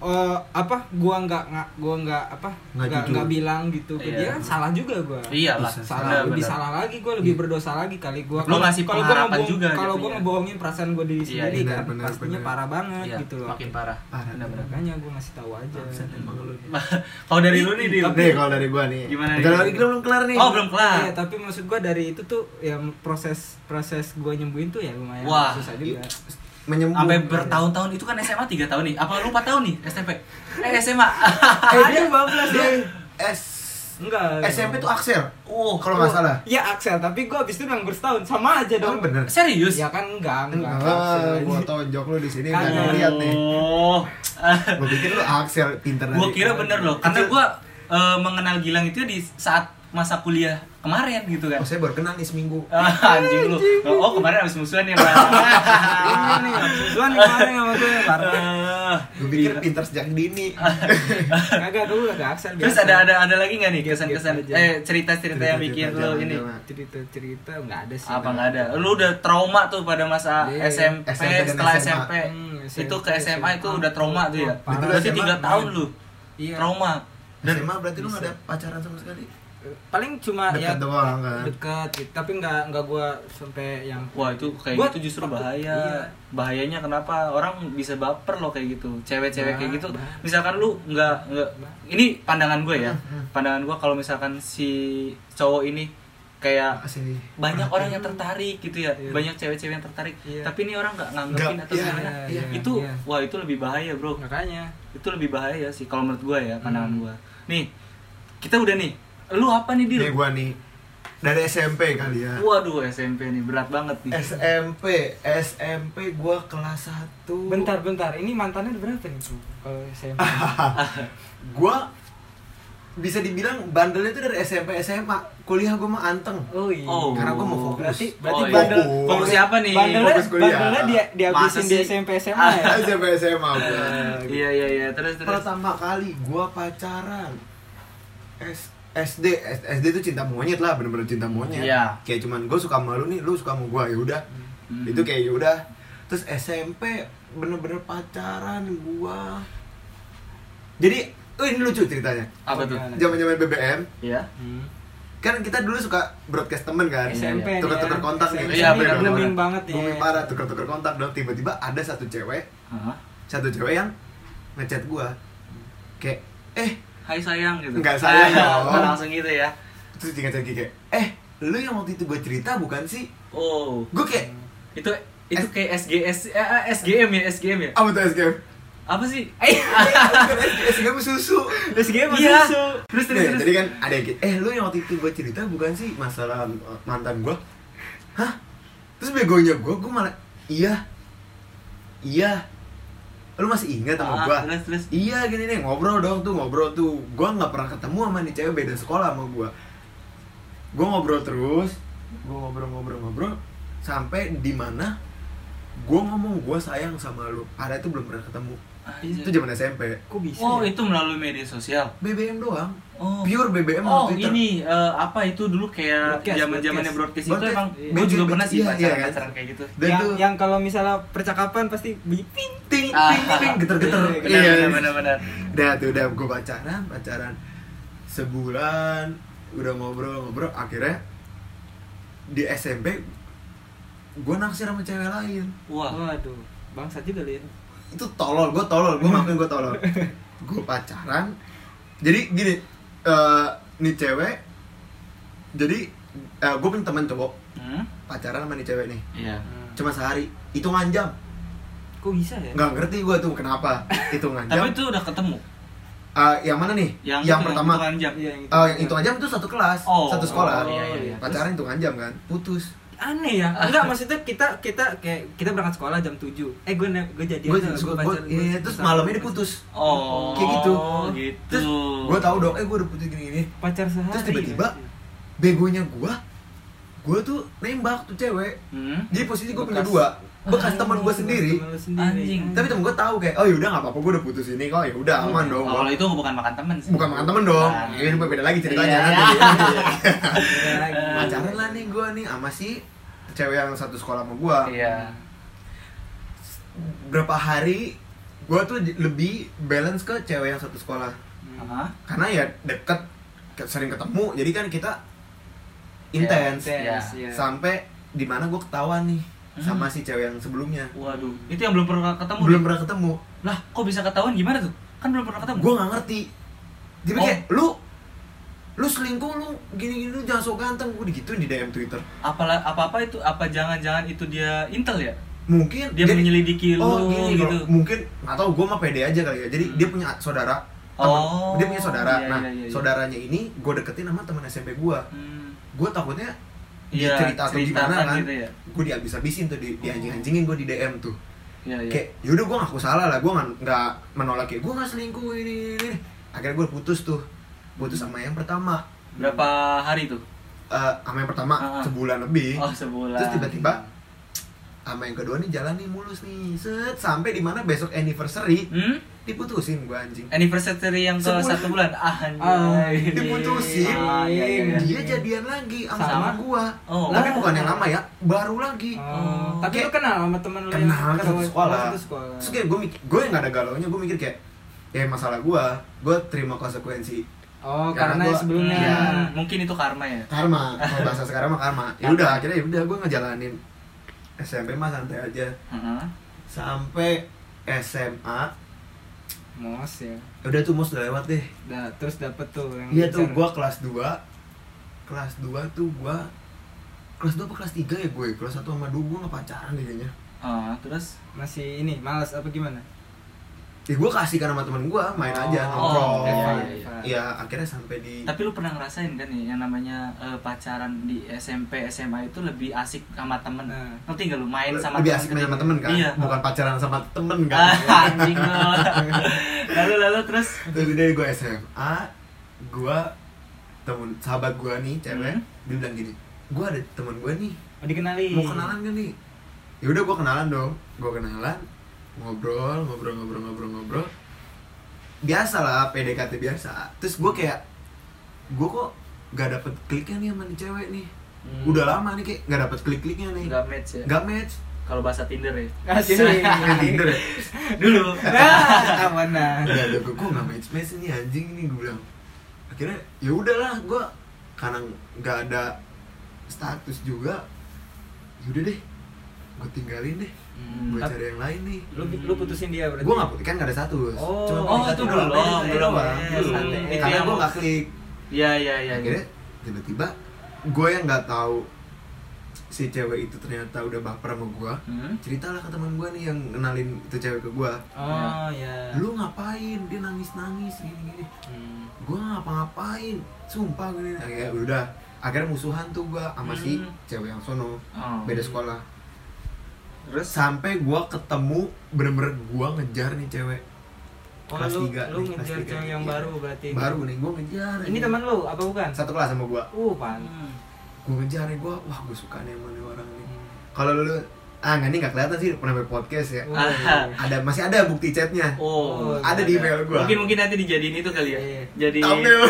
eh, apa gua nggak nggak gua nggak apa
Nggak
nggak
jujur.
nggak bilang gitu ke
Iya.
dia kan salah juga gua
iyalah
Bisa,
salah
Iya benar,
lebih
benar.
salah lagi gua
Iya.
lebih berdosa lagi kali gua
Lu ngasih
kalau gua
pengharapan
ngebohong-
juga
kalau gua
jatuhnya.
ngebohongin perasaan gua diri
Iya,
sendiri
benar,
kan
benar,
pastinya
benar.
parah banget
Iya,
gitu loh
makin parah.
Parah.
Benar-benar.
makanya gua ngasih tahu aja Gitu.
kalau dari lu nih, Dil.
Nih kalau dari gua nih.
Gimana
Bentar
nih?
lagi kita belum kelar nih.
Oh, belum kelar.
Iya, tapi maksud gua dari itu tuh ya proses proses gua nyembuhin tuh ya lumayan
Wah, Iya.
susah juga.
Menyembuh.
Sampai bertahun-tahun itu kan SMA 3 tahun nih. Apa lu 4 tahun nih SMP? Eh SMA.
Eh, dia 15
Iya.
ya.
S
Enggak.
SMP tuh Aksel.
Oh,
Kalau nggak salah.
Ya Axel, tapi gua abis itu nanggur setahun sama aja
Dong
dong.
bener.
serius?
Iya,
Ya kan enggak, enggak. Ah,
Enggak,
Axel.
gua tonjok lu di sini enggak
Kagak.
ngeliat nih.
Oh.
Gua pikir lu Aksel pinter
gua
nanti.
kira bener loh. Karena gua eh, mengenal Gilang itu di saat masa kuliah kemarin gitu kan.
Oh, saya baru kenal nih seminggu.
Ah, anjing lu. Oh, kemarin habis musuhan ya, Bang.
Ini nih, abis itu nih kemarin sama ya, gue parah.
Ah.
Gua pikir pinter sejak dini.
Ah. Kagak gue udah Axel
Terus ada ada ada lagi nggak nih kesan-kesan
Gitu aja.
eh cerita-cerita yang bikin lo
Cerita-cerita zaman
ini
zaman.
Nah, cerita-cerita enggak ada sih.
apa nggak ada? Lu udah trauma tuh pada masa
Iya.
SMP,
SMP dan
setelah
SMA.
SMP.
Hmm,
itu
SMP,
ke SMA itu
SMA.
udah trauma tuh ya.
Parah.
Berarti
SMA,
tiga tahun lu
Iya.
trauma.
Dan SMA berarti lu gak ada pacaran sama sekali?
Iya.
paling cuma
Dekat
ya
doang kan?
dekat gitu tapi nggak nggak gua sampai yang
Wah itu kayak
Gua-
gitu justru
waktu-
bahaya.
iya.
Bahayanya kenapa? Orang bisa baper loh kayak gitu. Cewek-cewek
Bah-
kayak gitu.
bah-
Misalkan lu nggak nggak. Ini pandangan gue ya.
Hmm,
Pandangan gue kalau misalkan si cowok ini kayak
Asli.
banyak orang yang tertarik gitu ya. Banyak cewek-cewek yang tertarik.
Iya.
Tapi ini orang nggak nganggepin
Nggak,
atau
iya,
gimana.
iya,
itu
iya.
wah itu lebih bahaya bro.
makanya
Itu lebih bahaya sih kalau menurut gue
Hmm.
ya pandangan gue. Nih kita udah nih. Lu apa nih dir?
Ini gua nih dari SMP kali ya.
Waduh SMP nih berat banget nih.
SMP, SMP gua kelas 1.
bentar bentar ini mantannya ada berapa nih bro kalau SMA
Gua bisa dibilang bandelnya itu dari SMP SMA. Kuliah gua mah anteng.
oh iya
Oh.
Karena gua mau fokus.
berarti berarti
Oh, iya.
bandel
Fokus.
Fokus siapa nih?
bandelnya
fokus kuliah.
bandelnya dia
Masa
dihabisin di
sih?
SMP SMA ya
SMP SMA gua.
Iya iya iya terus terus.
Pertama kali gua pacaran S- SD S- SD itu cinta monyet lah bener-bener cinta monyet
Iya.
kayak cuman gue suka sama lu nih lu suka sama gue ya udah
Hmm.
itu kayak ya udah terus SMP bener-bener pacaran gua jadi oh ini lucu ceritanya
apa tuh?
zaman zaman BBM
Iya.
Hmm.
kan kita dulu suka broadcast temen kan
SMP nih
tukar-tukar
ya.
kontak nih
SMP
Iya,
nih
benar-benar.
booming banget ya
iya.
booming parah tukar-tukar kontak dong tiba-tiba ada satu cewek
Hah?
satu cewek yang ngechat gua kayak eh
Hai sayang gitu.
Nggak
Ah,
sayang, dong.
nggak langsung gitu ya.
terus dia ngechat gigi kayak eh lu yang waktu itu gue cerita bukan sih
Oh.
gue
Eh,
kayak
Itu itu kayak SGS eh, eh, SGM ya SGM ya.
apa tuh SGM
Apa sih?
Eh, SGM susu
terus dia masih
Iya.
susu.
Terus terus
Nah,
terus.
tadi kan ada yang kayak, eh lu yang waktu itu gue cerita bukan sih masalah uh, mantan gue hah terus begonya gue gue malah iya iya lu masih ingat sama
Ah,
gue
terus terus.
iya gini nih ngobrol dong tuh ngobrol tuh gue nggak pernah ketemu sama nih cewek beda sekolah sama gue gue ngobrol terus gue ngobrol-ngobrol-ngobrol sampai di mana gue ngomong gue sayang sama lu ada itu belum pernah ketemu
Iya.
itu zaman SMP
kok bisa
Oh,
ya?
itu melalui media sosial.
BBM doang
Oh.
pure BBM sama
Oh
Twitter.
ini eh, apa itu dulu kayak
Broadcast,
zaman zamannya broadcast, itu
Broadcast.
emang gue
Iya.
juga
Broadcast,
pernah sih
iya, iya,
pacaran
kan?
pacaran kayak gitu.
Dan
yang,
tuh-
yang kalau misalnya percakapan pasti bunyi ting ting
Ah,
ting ting
geter-geter.
Benar
Iya.
benar benar, benar.
Udah tuh udah gue pacaran, pacaran sebulan, udah ngobrol-ngobrol akhirnya di SMP gue naksir sama cewek lain.
Wah.
waduh bangsat juga ya. lihat
Itu tolol, gue tolol, gue ngakuin gue tolol. gue pacaran. Jadi gini, eh nih cewek jadi gue punya teman cowok
Hmm?
pacaran sama nih cewek nih
Iya.
cuma sehari hitungan jam
kok bisa ya
nggak ngerti gue tuh kenapa hitungan
Tapi
jam
itu udah ketemu.
Eh, yang mana nih
Yang, itu,
pertama
hitungan jam.
Iya, yang
Eh, yang hitungan jam itu satu kelas,
Oh.
satu
Oh,
sekolah.
iya, iya, iya.
Pacaran hitungan jam kan, putus.
aneh ya enggak maksudnya kita kita kayak kita berangkat sekolah jam 7 eh gue ne- gue jadi
Gue iya, terus malamnya diputus.
Oh,
Kayak gitu.
gitu. Nah, iya.
Terus gue tau dong, eh gue udah putus gini-gini.
pacar sehari Iya.
Terus tiba-tiba begonya gue, gue tuh nembak tuh cewek.
Hmm?
Jadi posisi gue punya
Bekas.
dua, bekas teman gue sendiri.
Anjing.
Tapi temen gue tahu kayak, oh yaudah nggak apa-apa, gue udah putus ini kok, yaudah aman
Oh,
dong. gua.
kalau itu bukan makan temen sih.
Bukan makan temen dong,
Nah.
ini beda lagi ceritanya.
Iya. Eh.
nanti.
pacar
Pacaran lah nih gue nih sama si cewek yang satu sekolah sama gue.
Iya.
berapa hari gue tuh j- lebih balance ke cewek yang satu sekolah
Hah?
karena ya deket ke- sering ketemu jadi kan kita intens
Iya.
Iya.
sampai di mana gue ketahuan nih sama si cewek yang sebelumnya
Waduh, itu yang belum pernah ketemu.
belum
nih?
pernah ketemu
Lah, kok bisa ketahuan gimana tuh? Kan belum pernah ketemu.
gue nggak ngerti jadi
Oh.
kayak lu lu selingkuh lu gini gini lu jangan sok ganteng gue digituin di DM Twitter
Apalah apa-apa itu apa jangan-jangan itu dia intel ya?
mungkin
Dia menyelidiki
oh,
lu
gini,
gitu. Hmm.
kalau- mungkin atau gue mah pede aja kali ya jadi dia punya saudara temen-
Oh,
dia punya saudara
iya,
nah
iya, iya, iya.
saudaranya ini gue deketin sama teman SMP gue
Hmm.
gue takutnya dia
Iya,
cerita atau
ceritakan
gimana kan
gitu ya. Oh.
gue diabis-abisin tuh di, dianjing-anjingin gue di DM tuh
Iya, iya.
kayak yaudah gue ngaku salah lah gue nggak nggak menolak kayak gue nggak selingkuh ini, ini ini akhirnya gue putus tuh putus sama yang pertama
Berapa hari tuh?
Eh, sama yang pertama
Ah.
sebulan lebih
Oh, sebulan.
terus tiba-tiba sama yang kedua nih jalan nih mulus nih set sampai di mana besok anniversary
Hmm?
diputusin gue anjing
Anniversary yang ke
Sebulan.
satu bulan. Ah,
Ah,
anjay.
diputusin.
Ah, iya, iya, iya.
dia jadian lagi sama,
Sama?
gua
Oh. Lah.
tapi bukan yang lama ya baru lagi
Oh, tapi
Kayak-
lu kenal sama temen
iya.
lu yang
kenal satu
ketawa-
sekolah
satu sekolah
terus kayak gue mikir gue yang gak ada galau nya gue mikir kayak ya masalah gua gua terima konsekuensi
Oh,
Karena
karena,
gua-
sebelumnya.
Iya, mungkin itu karma ya.
karma kalau bahasa sekarang mah karma ya udah akhirnya ya udah gue ngejalanin SMP mah santai aja
Heeh.
sampai SMA
Mos ya.
udah tuh mos udah lewat deh
Dah, terus dapet tuh yang
iya tuh
pacar.
gue kelas 2 kelas 2 tuh gue kelas 2 apa kelas 3 ya gue kelas 1 sama 2 gue gak pacaran deh kayaknya
Ah, terus
masih ini malas apa gimana?
ya gue kasihkan sama temen gue main
Oh,
aja
Have fun,
nongkrong Iya, iya,
have fun.
iya akhirnya sampai di
tapi lu pernah ngerasain kan ya yang namanya eh, pacaran di SMP SMA itu lebih asik sama temen
Nah.
ngerti gak lu main sama
lebih asik main sama temen kan
iya
bukan pacaran sama temen kan
Ah, anjing lu. lalu lalu terus
Terus dari gue SMA, gue temen sahabat gue nih cewek,
Hmm.
dia bilang gini, gue ada temen gue nih,
Oh, dikenali.
mau kenalan gak nih? Ya udah gue kenalan dong, gue kenalan, ngobrol, ngobrol, ngobrol, ngobrol, ngobrol. Biasa lah, PDKT biasa. Terus gue kayak, gue kok gak dapet kliknya nih sama nih cewek nih. Udah lama nih kayak gak dapet klik-kliknya nih.
Hmm. nggak match ya
Gak match.
kalau bahasa Tinder ya
Asik.
Main Tinder ya?
dulu
Ah, mana?
Gak ada gue, gue gak match match ini anjing ini gue bilang Akhirnya ya udahlah gue karena gak ada status juga Yaudah deh, gue tinggalin deh
Hmm.
Gue
Tapi-
cari yang lain nih
Lu lu putusin dia berarti.
Gue gak putih, kan gak ada status
Oh,
Cuma
oh
PDKT
itu
doang,
belum
PDKT
belum
doang.
belum
santai.
Itu
Karena
yang
gue
lu-
gak klik
Iya iya iya.
Akhirnya tiba-tiba gue yang gak tahu si cewek itu ternyata udah baper sama gue
Hmm?
Ceritalah ke teman gue nih yang kenalin itu cewek ke gue
Oh,
Iya.
ya.
Lu ngapain? Dia nangis-nangis gini-gini
Hmm.
gue ngapa-ngapain sumpah gue ya udah akhirnya musuhan tuh gue sama si
Hmm.
cewek yang sono
Oh.
beda sekolah
Terus
sampai gue ketemu bener-bener gue ngejar nih cewek
Oh,
Kelas
lu,
tiga
lu
nih, kelas
ngejar
tiga.
cewek yang
Iya.
baru berarti.
baru nih gue ngejar
Ini teman lu apa bukan?
satu kelas sama gue
Uh, pan.
Hmm.
gue ngejar nih gue wah gue suka nih sama nih orang nih kalau lu ah nggak ini nggak kelihatan sih pernah main podcast ya
Uh,
Ah.
ada masih ada bukti chatnya
Oh.
Oh,
ada di email gue
Mungkin mungkin nanti dijadiin itu kali ya.
Iya.
Jadi Ah,
Thumbnail.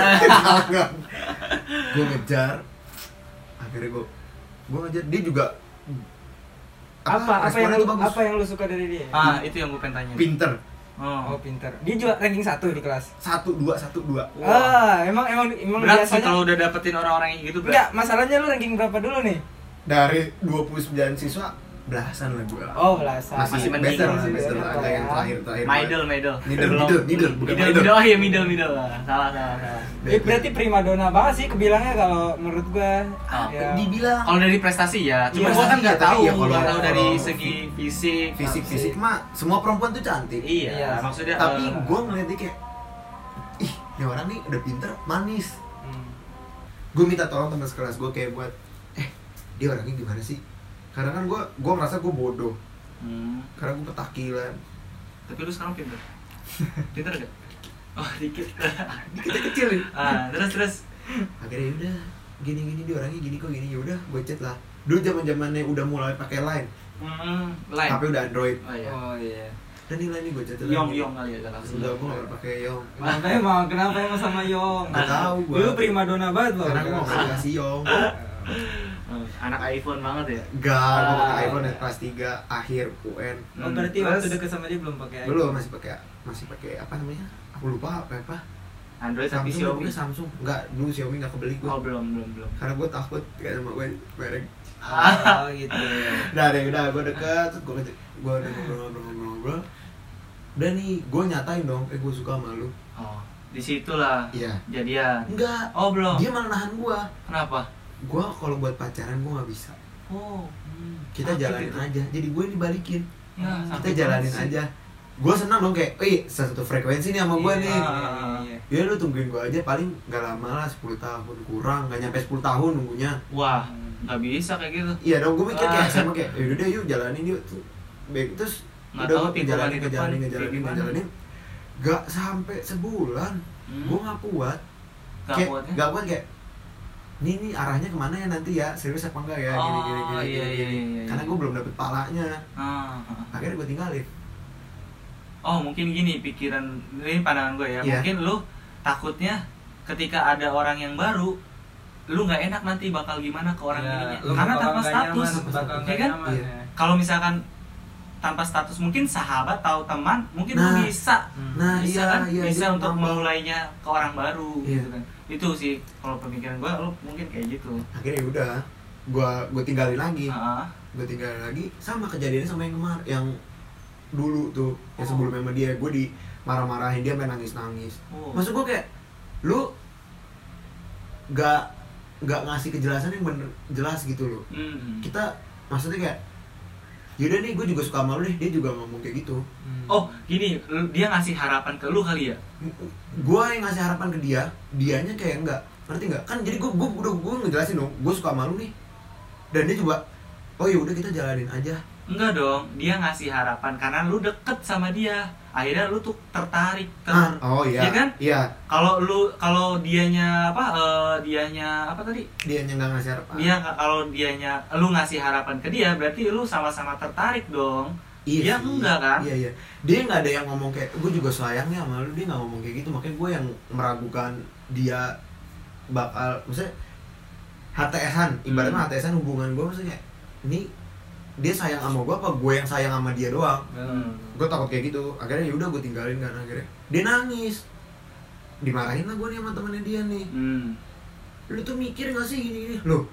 gue ngejar akhirnya gue gue ngejar dia juga Ah,
apa apa yang
responnya
lu
tuh bagus
apa yang lu suka dari dia?
Ah, itu yang gue pengen tanya.
pinter
Oh,
Oh.
pinter. Dia juga ranking satu di kelas.
satu dua satu dua
Ah, emang emang emang
Berat sih
biasanya.
kalau udah dapetin orang-orang yang gitu
Enggak,
berat.
masalahnya lu ranking berapa dulu nih?
dari 29 siswa belasan lah gue
Oh, belasan.
Masih
masih,
mending.
better lah
Masih
better lah
better
ada
lah
yang
ya.
terakhir terakhir
Middle, middle.
Middle,
Belum.
middle, middle, bukan
middle,
middle.
middle. Oh iya middle, middle. Salah, salah, salah.
Eh, berarti primadona banget sih kebilangnya kalau menurut gua.
Ah,
Ya.
dibilang
Kalau dari prestasi ya, cuma
Iya,
gua kan
iya,
nggak
tapi
tahu,
iya, kalau-
nggak tahu dari
kalau
segi fisik.
fisik fisik mah semua perempuan tuh cantik
Iya,
Iya.
maksudnya
tapi
eh,
gue ngeliat dia kayak ih ini orang nih udah pinter manis
Hmm.
gue minta tolong teman sekelas gue kayak buat eh dia orangnya gimana sih karena kan gue gue merasa gue bodoh
hmm,
karena gue ketakilan
tapi lu sekarang pinter. pinter gak? Oh, dikit.
kita kecil nih
ah, terus terus.
akhirnya "Ya udah gini gini dia orangnya gini kok gini ya udah gue chat lah dulu zaman zamannya udah mulai pakai line
Hmm, lain.
tapi udah android
Oh iya.
Oh iya.
dan ini line gue chat lagi.
Yong Yong kali ya kalau
sudah gue nggak pakai yong
Kenapa emang? Kenapa emang sama Yong?
nggak tahu gue
Lu primadona banget loh.
karena gue nggak pernah kasih yong
Oh, Anak iPhone banget ya.
Enggak, gue pakai
Ah.
iPhone yang kelas 3 akhir UN
Oh, berarti
Hmm,
waktu
terus?
deket sama dia belum pakai iPhone.
belum masih pakai masih pakai apa namanya aku lupa apa apa
Android tapi
Samsung
Xiaomi.
dulu Samsung enggak dulu Xiaomi nggak kebeli gue
Oh, belum belum belum.
karena gue takut kayak sama gue merek
Oh, gitu ya.
udah deh udah gue deket gue gue udah ngobrol ngobrol ngobrol ngobrol udah nih gue nyatain dong eh gue suka sama lu
Oh, disitulah
iya
jadian.
enggak
Oh, belum.
dia malah nahan gue
Kenapa?
gue kalau buat pacaran gue nggak bisa
Oh,
kita
Sakit
jalanin
itu.
aja jadi gue dibalikin
ya,
kita
sakit
jalanin
banget sih.
aja gue senang dong kayak eh satu frekuensi nih sama gue
Iya,
nih
iya, iya.
ya lu tungguin gue aja paling gak lama lah 10 tahun kurang gak nyampe 10 tahun nunggunya
Wah, nggak bisa kayak gitu.
iya dong gue mikir kayak
Ah.
sama kayak yaudah deh yuk jalanin yuk tuh baik terus
Nggak
udah
tahu
gue
tikungan
ngejalanin
di depan
ngejalanin
kayak
ngejalanin
gimana.
ngejalanin gak sampai sebulan
Hmm. ya?
gue gak kuat
Gak
kayak,
kuatnya.
gak kuat kayak ini nih arahnya kemana ya nanti ya serius apa enggak ya gini gini
Oh,
gini,
iya,
gini,
iya,
gini.
iya, iya.
karena gue belum dapet palanya
Ah, ah.
akhirnya gue tinggalin
Oh, mungkin gini pikiran ini pandangan gue ya.
Iya.
Mungkin lu takutnya ketika ada orang yang baru lu nggak enak nanti bakal gimana ke orang
Ya,
ininya
lu
karena
bakal
tanpa
nggak
status
nyaman, bakal
ya
nggak
kan
nyaman,
Iya.
ya.
kalau misalkan tanpa status mungkin sahabat atau teman mungkin
Nah.
lu bisa
Nah,
bisa
iya,
kan
iya,
bisa
iya,
untuk
paham, Bang.
memulainya ke orang baru
Iya.
gitu kan itu sih kalau pemikiran gue lu mungkin kayak gitu
akhirnya ya udah gue gue tinggalin lagi
Ah,
gue tinggalin lagi sama kejadiannya sama yang kemarin yang dulu tuh yang sebelumnya sama dia gue di marah-marahin dia main nangis-nangis
Oh.
maksud gue kayak lu gak gak ngasih kejelasan yang bener jelas gitu loh
mm.
kita maksudnya kayak yaudah nih gue juga suka sama lu deh dia juga ngomong kayak gitu
oh gini lu- dia ngasih harapan ke lu kali ya
gue yang ngasih harapan ke dia dianya kayak enggak ngerti nggak kan jadi gue gue udah gue ngejelasin dong gue suka malu nih dan dia coba oh ya udah kita jalanin aja
enggak dong dia ngasih harapan karena lu deket sama dia akhirnya lu tuh tertarik ter
ah oh iya
Iya kan?
iya
kalau lu kalau dianya apa eh, dianya apa tadi
dia yang nggak ngasih harapan
dia nggak- kalau dianya lu ngasih harapan ke dia berarti lu sama-sama tertarik dong dia
sih.
enggak kan
iya iya dia nggak ada yang ngomong kayak gue juga sayangnya sama lu dia nggak ngomong kayak gitu makanya gue yang meragukan dia bakal maksudnya HTS-an ibaratnya
Hmm.
HTS-an hubungan gue maksudnya ini dia sayang sama gue apa gue yang sayang sama dia doang
Hmm.
gue takut kayak gitu akhirnya yaudah gue tinggalin kan akhirnya dia nangis dimarahin lah gue nih sama temennya dia nih
Hmm.
lu tuh mikir gak sih gini gini lu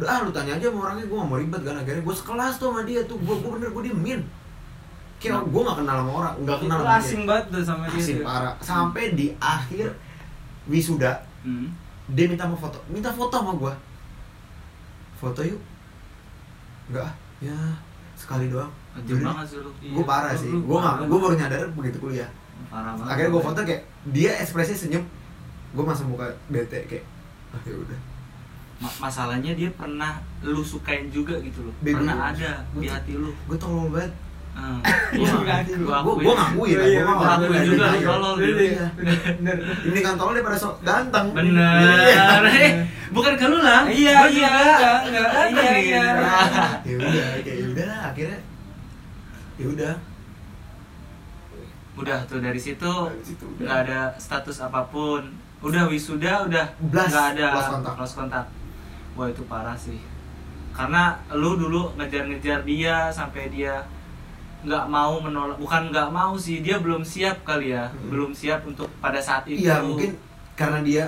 udah ah lu tanya aja sama orangnya gue gak mau ribet kan akhirnya gue sekelas tuh sama dia tuh gue gue bener gue diemin kayak gue gak kenal sama orang gak kenal
Itu
sama
asing banget tuh sama
dia
dia
asing
tuh.
parah sampai di akhir wisuda
Hmm.
dia minta mau foto minta foto sama gue foto yuk enggak ah. ya sekali doang
Kejam banget sih lu. Iya.
gue parah sih gue gak gue baru nyadar begitu kuliah
Parah banget.
akhirnya gue foto kayak dia ekspresinya senyum gue masuk muka bete kayak ah ya udah
Ma- masalahnya dia pernah lu sukain juga gitu loh.
Bego.
Pernah ada di hati lu.
gue tolol banget
Hmm.
gue gue gue ngakuin lah gue
Iya, iya,
ngakuin
ngakuin
Iya,
juga,
iya.
lu tolol, gitu.
Iya. ini kan tolol daripada sok ganteng Iya.
Bener. Eh, Bukan ke lu lah.
Iya,
Gua
iya,
juga.
enggak, enggak, iya,
Ganteng
iya.
nih.
ya udah kayak ya udah lah akhirnya ya udah
Udah tuh dari situ
Dari situ udah.
nggak ada status apapun. Udah wisuda udah
Blast.
nggak ada
Lost contact.
lost contact. Wah itu parah sih. Karena lu dulu ngejar-ngejar dia sampai dia nggak mau menolak bukan nggak mau sih dia belum siap kali ya
Hmm.
belum siap untuk pada saat itu
iya mungkin karena dia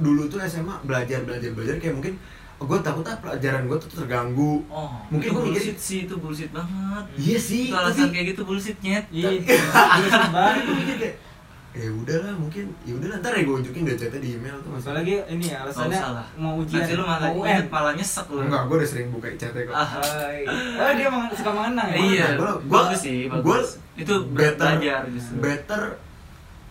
dulu tuh SMA belajar belajar belajar kayak mungkin gue takut ah pelajaran gue tuh terganggu
oh
Mungkin
mungkin
gua mikir- gitu,
bullshit sih itu bullshit banget
iya sih
itu alasan
tapi-
kayak gitu bullshit nyet
Iya, asing banget.
Gue mikir kayak, ya udahlah mungkin ya udah ntar ya gue unjukin deh chatnya di email tuh masih
Apalagi ini ya,
Gak
alasannya
usah lah
mau ujian
Nanti lu malah
mau UN.
inget malah nyesek lu
enggak gue udah sering buka chatnya kok
Ah,
Hai. Oh, dia mang- suka mengenang ya?
Iya,
Gua- gua-
bagus sih, bagus
gua
Itu
better-
belajar justru
better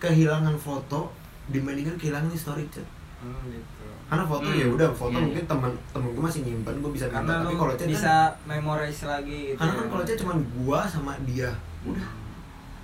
kehilangan foto dibandingkan kehilangan story chat
Oh,
Hmm, gitu.
karena foto
Hmm.
ya udah foto
Iya, iya.
mungkin teman temen gue masih nyimpan gue bisa minta
Karena
Iya, tapi
lu
kalau chat
bisa
kan,
memorize lagi gitu.
karena kan kalau chat cuma gue sama dia udah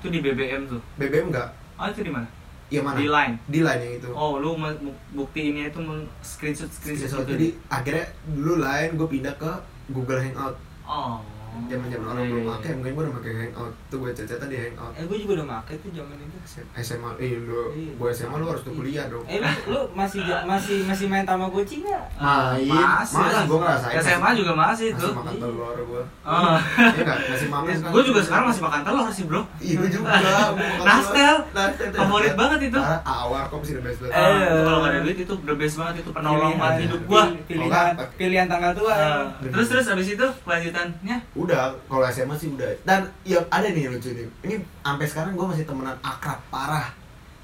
Itu di BBM tuh
BBM enggak
Oh itu di mana?
ya mana
Di Line
di line yang itu
Oh lu me- mu- buktiinnya itu screenshot screenshot gitu.
jadi akhirnya dulu line gue pindah ke Google Hangout
Oh
zaman zaman orang
Iya,
belum
iya,
pakai
iya.
mungkin gue udah pakai Hangout tuh gue chat-chatan di Hangout
Eh, gue juga udah make tuh zaman itu.
SMA eh lu
Iya.
gue SMA lu harus tuh kuliah dong
Eh, lu, lu masih ja- masih masih main Tamagotchi enggak?
main
Masih.
malah gue iya. ngerasain
SMA
masih-
juga masih
masih
tuh
makan telur gue
Oh.
Iya nggak? masih makan
Gue juga sekarang masih makan telur sih bro
iya gue juga gua makan telur.
Nastel.
Nastel tuh
Favorit
enak.
banget itu.
Parah, awar kom sih the best banget
Eh, kalau gak ada duit itu the best banget itu
Iya,
penolong
Pilihan-
buat hidup gua.
Pilihan,
Oke.
pilihan tanggal tua. ya.
Ah.
Nah,
emang.
terus terus abis itu kelanjutannya
udah kalau SMA sih udah dan yang ada nih yang lucu nih ini sampai sekarang gue masih temenan akrab parah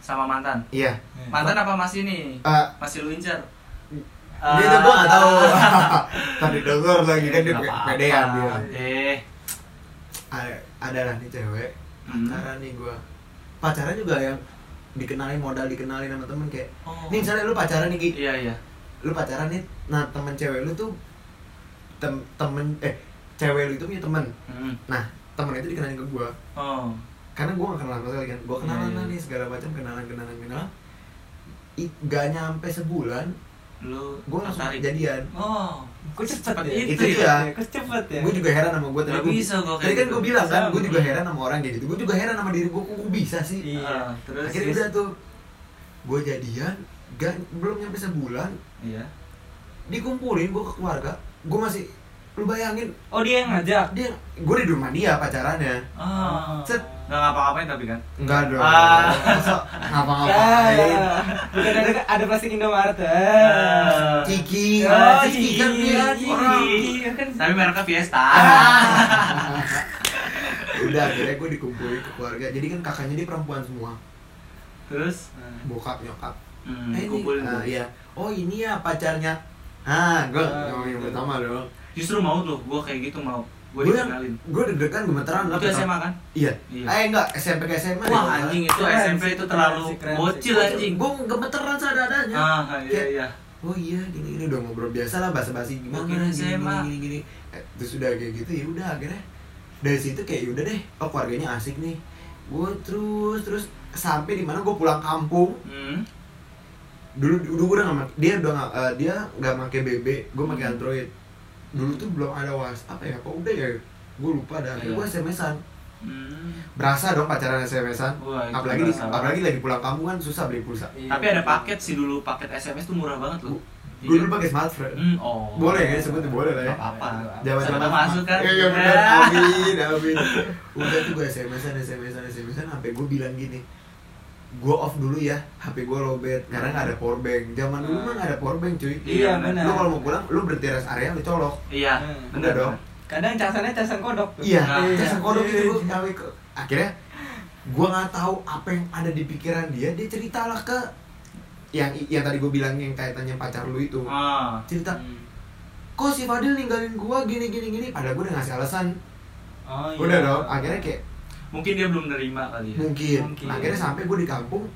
sama mantan.
iya
Hmm. Mantan apa Ah. masih nih?
Eh,
Masih lu incar? Ah.
ini tuh gue nggak tahu tadi denger lagi kan dia
Nggak apa-apa.
pedean dia
Eh,
ada ada lah nih cewek
Hmm.
pacaran nih gue pacaran juga yang dikenalin modal dikenalin sama temen kayak
Oh.
nih misalnya lu pacaran nih Ki
iya iya.
lu pacaran nih nah temen cewek lu tuh tem temen eh cewek lu itu punya temen
Hmm.
nah temen itu dikenalin ke gue
Oh.
karena gue gak kenal sama sekali kan gue kenalan
Iya, iya.
lah nih segala macam kenalan kenalan kenalan I, gak nyampe sebulan
Lu
gue langsung
tertarik.
jadian
Oh.
Kok cepet
Cepet
ya?
itu
Itu ya.
ya? Kok cepet ya?
gue juga heran sama gue tadi
Iya. Nggak
gua-
bisa gua kayak
tadi kan
gitu.
gue bilang kan
Sama.
gue juga heran sama orang kayak gitu gue juga heran sama diri gue kok gue bisa sih
Iya.
Ah, terus
akhirnya udah tuh gue jadian gak belum nyampe sebulan
Iya.
dikumpulin gue ke keluarga gue masih lu bayangin
Oh dia yang ngajak.
dia gue di rumah dia pacarannya
Ah.
Set.
Nggak ngapa-ngapain tapi kan.
enggak dong
Ah.
masa ngapa-ngapain
Ya, bukan ada ada plastik Indomaret.
ya.
Eh,
Ah.
Ciki,
Oh,
Ciki kan
Ciki,
dia
Ciki.
orang Ah.
Iya kan.
Tapi mereknya Fiesta.
udah akhirnya gue dikumpulin ke keluarga jadi kan kakaknya dia perempuan semua
Terus
Iya.
bokap nyokap
hmm,
Eh, ini,
kumpulin
ah,
tuh.
iya. oh ini ya pacarnya ah gue ngomong yang pertama dong
Justru mau tuh, gua kayak gitu mau. Gua
gue yang
dikenalin.
gue deg-degan gemeteran lah
Itu
pertama.
SMA kan?
iya
Iya.
eh enggak SMP ke SMA
Wah anjing itu
Keren
SMP
sih,
itu
keren
terlalu
sih, keren sih.
bocil anjing.
gue gemeteran seada-adanya
Ah iya
Kayak,
iya.
oh iya gini gini udah ngobrol biasa lah basa-basi gimana
Oke,
gini,
saya
gini,
mah.
gini gini Eh, terus udah kayak gitu ya udah akhirnya dari situ kayak udah deh oh keluarganya asik nih gue terus terus sampai di mana gue pulang kampung
Hmm.
dulu dulu gue udah nggak ma- dia udah nggak eh, dia nggak pakai BB gue pakai
Hmm.
Android dulu tuh belum ada WhatsApp apa ya kok udah ya gue lupa dah akhirnya
Iya.
gue SMS-an
Hmm.
berasa dong pacaran SMS-an
Wah, itu
apalagi di,
berasa.
apalagi lagi pulang kampung kan susah beli pulsa
Tapi ada paket sih dulu, paket SMS tuh murah banget loh.
gue
Iya.
dulu pakai smartphone
Hmm, oh.
boleh ya sebutnya boleh lah ya
Gak apa-apa.
Jaman
Serba masuk kan?
Iya iya, benar. Amin, amin. Udah tuh gue SMS-an, SMS-an, SMS-an sampai gue bilang gini. Gue off dulu ya, HP gue lowbat karena nggak ada power bank. Zaman dulu mah nggak ada power bank, cuy.
Hmm. Iya,
benar.
Lu kalau mau pulang, lu berhenti rest area lu colok.
Iya,
Hmm.
bener
Udah dong.
dong.
Kadang casannya casan kodok. tuh.
Iya,
Nah.
terus kodok gitu
iya.
gue sampai ke akhirnya gue nggak tahu apa yang ada di pikiran dia, dia ceritalah ke yang yang tadi gue bilang yang kaitannya pacar lu itu.
Ah.
Iya.
Cerita, kok si Fadil ninggalin gue gini gini gini, padahal gue udah ngasih alasan.
Oh, iya.
Udah dong, akhirnya kayak
Mungkin dia belum nerima kali ya.
mungkin.
Mungkin.
akhirnya sampai gue di kampung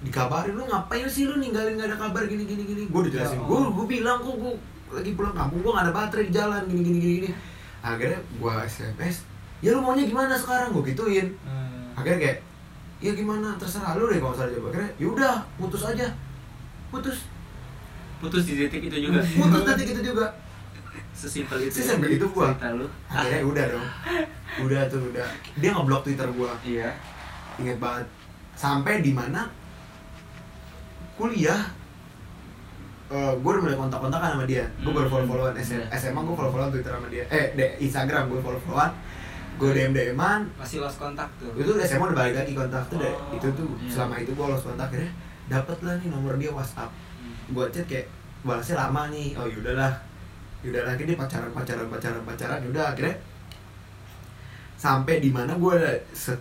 dikabarin lu ngapain sih lu ninggalin gak ada kabar gini gini gini gue udah jelasin
Ya,
gue gue bilang kok gue lagi pulang kampung gue gak ada baterai di jalan gini gini gini, gini. akhirnya gue sms ya lu maunya gimana sekarang gue gituin
Hmm.
akhirnya kayak ya gimana terserah lu deh kalau salah jawab akhirnya yaudah putus aja putus
Putus di detik itu juga.
putus nanti gitu juga
Sesimpel itu. ya,
Sesimpel itu gua.
Cerita lu.
akhirnya udah dong udah tuh udah dia ngeblok twitter gue
Iya.
ingat banget sampai di mana kuliah gue udah mulai kontak-kontakan sama dia gue baru follow followan
Hmm.
SMA gue follow followan Twitter sama dia eh de Instagram gue follow followan gue DM DMan
Masih lost kontak tuh.
itu SMA udah balik lagi kontak tuh deh
Oh,
itu tuh
iya.
selama itu gue lost kontak akhirnya dapet lah nih nomor dia WhatsApp
Hmm.
gue chat kayak balasnya lama nih oh Ya yaudah lah yaudah lah akhirnya dia pacaran pacaran pacaran pacaran yaudah akhirnya sampai di mana gue ada se-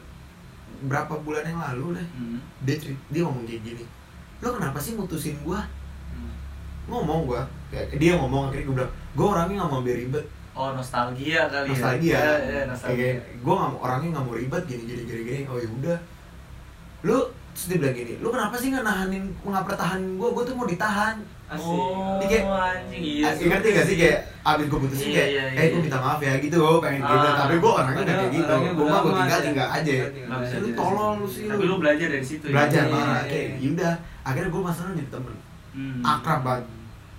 berapa bulan yang lalu deh
Hmm.
dia ceri- dia ngomong kayak gini lo kenapa sih mutusin gua
Hmm.
ngomong gua Kayak- dia ngomong akhirnya gua bilang gua orangnya nggak mau ambil ribet
Oh, nostalgia kali ya.
nostalgia
Iya, iya,
Kayak-
nostalgia.
kayak, gua nggak mau orangnya nggak mau ribet gini gini gini gini oh yaudah lu terus dia bilang gini lu kenapa sih nggak nahanin nggak pertahanin gua gua tuh mau ditahan
Asik.
Oh,
Kayak-
anjing iya.
Eh, ngerti gak sih kayak abis gue putusin
Iya,
kayak
iya,
eh
iya.
gua minta maaf ya gitu gua pengen gitu
Ah.
tapi gua orangnya nggak kayak
Padahal
gitu
orangnya
gua mah gua
beramal
tinggal
aja.
tinggal aja
Tinggal
Nggak bisa
Lu
jelasin.
tolong lu sih, lu.
Tapi lu belajar dari situ ya.
belajar
Iya,
marah
iya,
kayak
iya.
yaudah akhirnya gua masalahnya jadi temen
Hmm.
akrab banget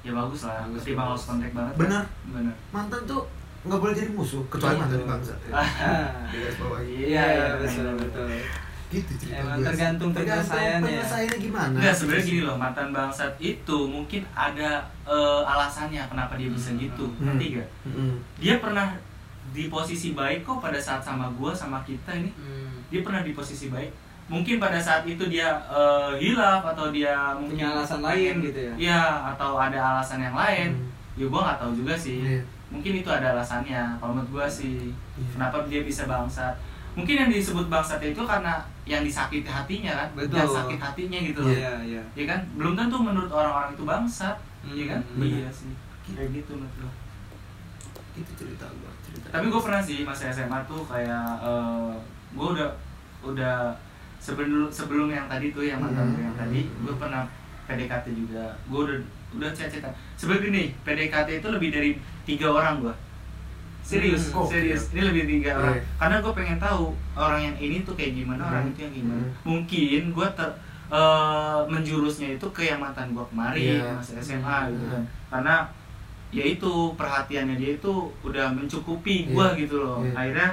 Ya bagus lah. Terima lost kontak banget.
Bener.
Bener.
mantan tuh nggak boleh jadi musuh kecuali
Iya.
mantan bangsa
Ah.
di garis bawah
Iya, iya, betul, betul.
gitu cerita
Emang
gue
tergantung penyelesaiannya.
penyelesaiannya gimana
Enggak, sebenarnya gini loh, mantan bangsat itu mungkin ada eh, alasannya kenapa dia bisa gitu.
Hmm.
Ngerti gak?
Mm-mm.
Dia pernah di posisi baik kok pada saat sama gua sama kita ini. Dia pernah di posisi baik. Mungkin pada saat itu dia eh, hilaf atau dia mungkin
Punya alasan lain
pengen-
gitu ya? Hmm.
Iya, atau ada alasan yang lain. Ya gua nggak tahu juga sih.
Iya.
Mungkin itu ada alasannya kalau menurut gua sih.
Iya.
Kenapa dia bisa bangsat? Mungkin yang disebut bangsat itu karena yang disakiti hatinya kan, yang
Betul.
sakit hatinya gitu loh
Iya, iya.
ya kan belum tentu menurut orang-orang itu bangsat ya kan
Hmm,
iya sih kayak gitu menurut gua.
gitu cerita gue cerita
tapi gue pernah sih masa SMA tuh kayak eh gue udah udah sebelum sebelum yang tadi tuh yang mantan gua yang
Hmm.
tadi gue pernah PDKT juga gue udah udah chat chatan sebenarnya gini PDKT itu lebih dari tiga orang gue serius
Hmm.
serius ini lebih dari tiga orang
Iya.
karena gue pengen tahu orang yang ini tuh kayak gimana orang
Hmm.
itu yang gimana
Hmm.
mungkin gue ter eh, menjurusnya itu ke yang mantan gue kemarin
Iya.
masa SMA gitu kan karena ya itu perhatiannya dia itu udah mencukupi gue gitu loh
Iya.
akhirnya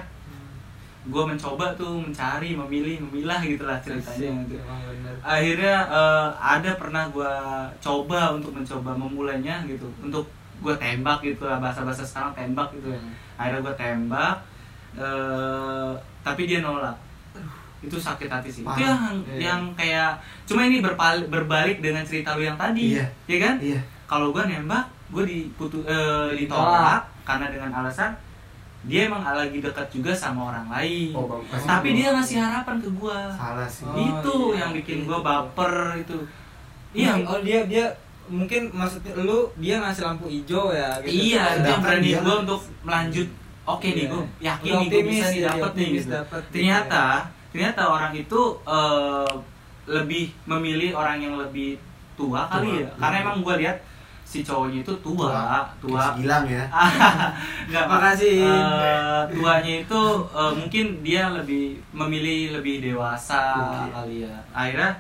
gue mencoba tuh mencari memilih memilah gitulah
Iya,
ceritanya gitu.
Emang bener.
akhirnya eh, ada pernah gue coba untuk mencoba memulainya gitu untuk gue tembak gitu lah bahasa bahasa sekarang tembak gitu
Iya.
ya akhirnya gue tembak eh, tapi dia nolak Aduh, itu sakit hati sih itu yang,
Parah.
Iya.
yang kayak cuma ini berpal- berbalik dengan cerita lu yang tadi
Iya.
ya kan
Iya.
kalau gue nembak gue diputu eh,
Ditolak.
ditolak karena dengan alasan dia emang lagi dekat juga sama orang lain
Oh, bagus.
tapi dia ngasih harapan ke gue
Salah sih.
Oh,
itu
iya.
yang bikin gue
Itu.
baper itu
Iya,
iya
oh dia dia mungkin maksudnya lu dia ngasih lampu hijau ya
Iya,
gitu.
itu yang
Sedangkan
berani
dia-
gue untuk melanjut. Oke nih
Iya.
gue yakin nih
Udah
gue
optimis,
bisa nih
iya,
dapet nih
optimis
gitu.
dapet, gitu
ternyata ternyata orang itu eh, lebih memilih orang yang lebih tua kali
Tua.
ya. Karena emang gue lihat si cowoknya itu tua, tua.
Kayak si Gilang ya.
Nggak,
Makasih.
eh, tuanya itu eh, mungkin dia lebih memilih lebih dewasa kali ya. Akhirnya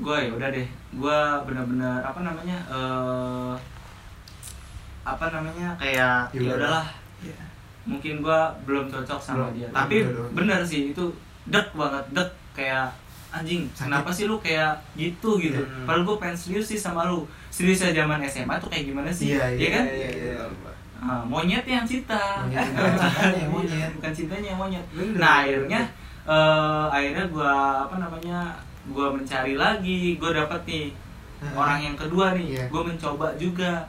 gue ya udah deh, gue benar-benar apa namanya eh, apa namanya kayak
Ya
ya udahlah mungkin gua belum cocok sama
Belum,
dia
belum
tapi
jodoh.
bener sih itu dek banget dek kayak anjing
Sakit.
kenapa sih lu kayak gitu gitu
Iya.
padahal gua pengen serius sih sama lu serius aja zaman SMA tuh kayak gimana sih
Iya, iya,
kan
iya, iya.
Ah, monyet yang cinta Iya,
Monyet yang cintanya, monyet.
bukan cintanya monyet nah akhirnya eh, akhirnya gua apa namanya gua mencari lagi gua dapet nih
Hmm.
orang yang kedua nih
Iya.
gua mencoba juga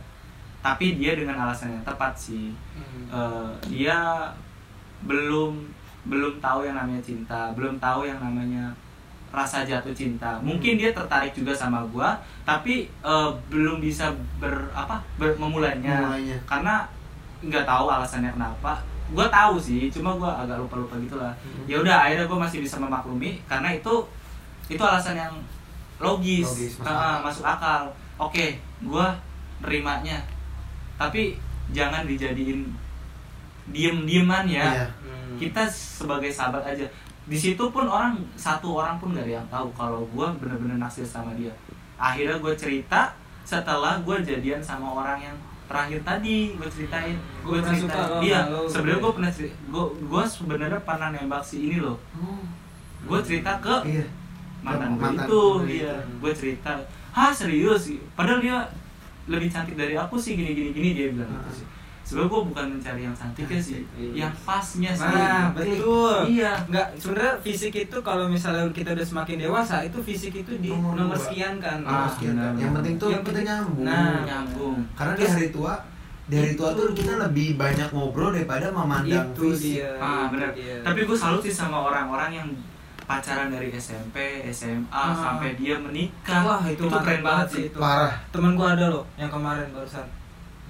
tapi dia dengan alasan yang tepat sih
Iya
Eh, dia belum belum tahu yang namanya cinta belum tahu yang namanya rasa jatuh cinta mungkin dia tertarik juga sama gua tapi eh, belum bisa ber apa ber- memulainya
Memulainya.
karena nggak tahu alasannya kenapa gua tahu sih cuma gua agak lupa lupa gitulah
Hmm.
ya udah akhirnya gua masih bisa memaklumi karena itu itu alasan yang logis,
Logis, masuk
Eh, eh, masuk akal oke gua nerimanya tapi jangan dijadiin diem-dieman ya.
Iya.
Hmm.
Kita sebagai sahabat aja. Di situ pun orang satu orang pun gak ada yang tahu kalau gua bener-bener naksir sama dia. Akhirnya gue cerita setelah gue jadian sama orang yang terakhir tadi gue ceritain
Hmm.
gue
Gua pernah suka oh,
cerita
sama
dia
lo.
sebenarnya gue pernah gue gue sebenarnya pernah nembak si ini loh
Oh.
gue cerita ke
Iya.
mantan gue
Mantan.
itu dia gue cerita hah serius padahal dia lebih cantik dari aku sih gini gini gini dia bilang
Ah.
gitu sih sebenarnya gue bukan mencari yang cantiknya sih
Iya.
yang pasnya sih
Nah, betul.
iya
Enggak, sebenarnya fisik itu kalau misalnya kita udah semakin dewasa, itu fisik itu di
Nomor
nomor
dua.
sekian kan.
Ah,
Nomor sekian.
benar.
yang penting tuh
Yang
kita
penting-
nyambung.
Nah.
nyambung
Karena di hari tua, di hari tua tuh kita lebih banyak ngobrol daripada memandang
itu
fisik.
dia. Iya.
ah
itu
benar
dia.
tapi gue salut sih sama orang-orang yang pacaran dari SMP SMA
Ah.
sampai dia menikah
Wah, Kan? itu mantap
keren banget sih
itu.
Parah.
Temen gua ada loh yang kemarin barusan.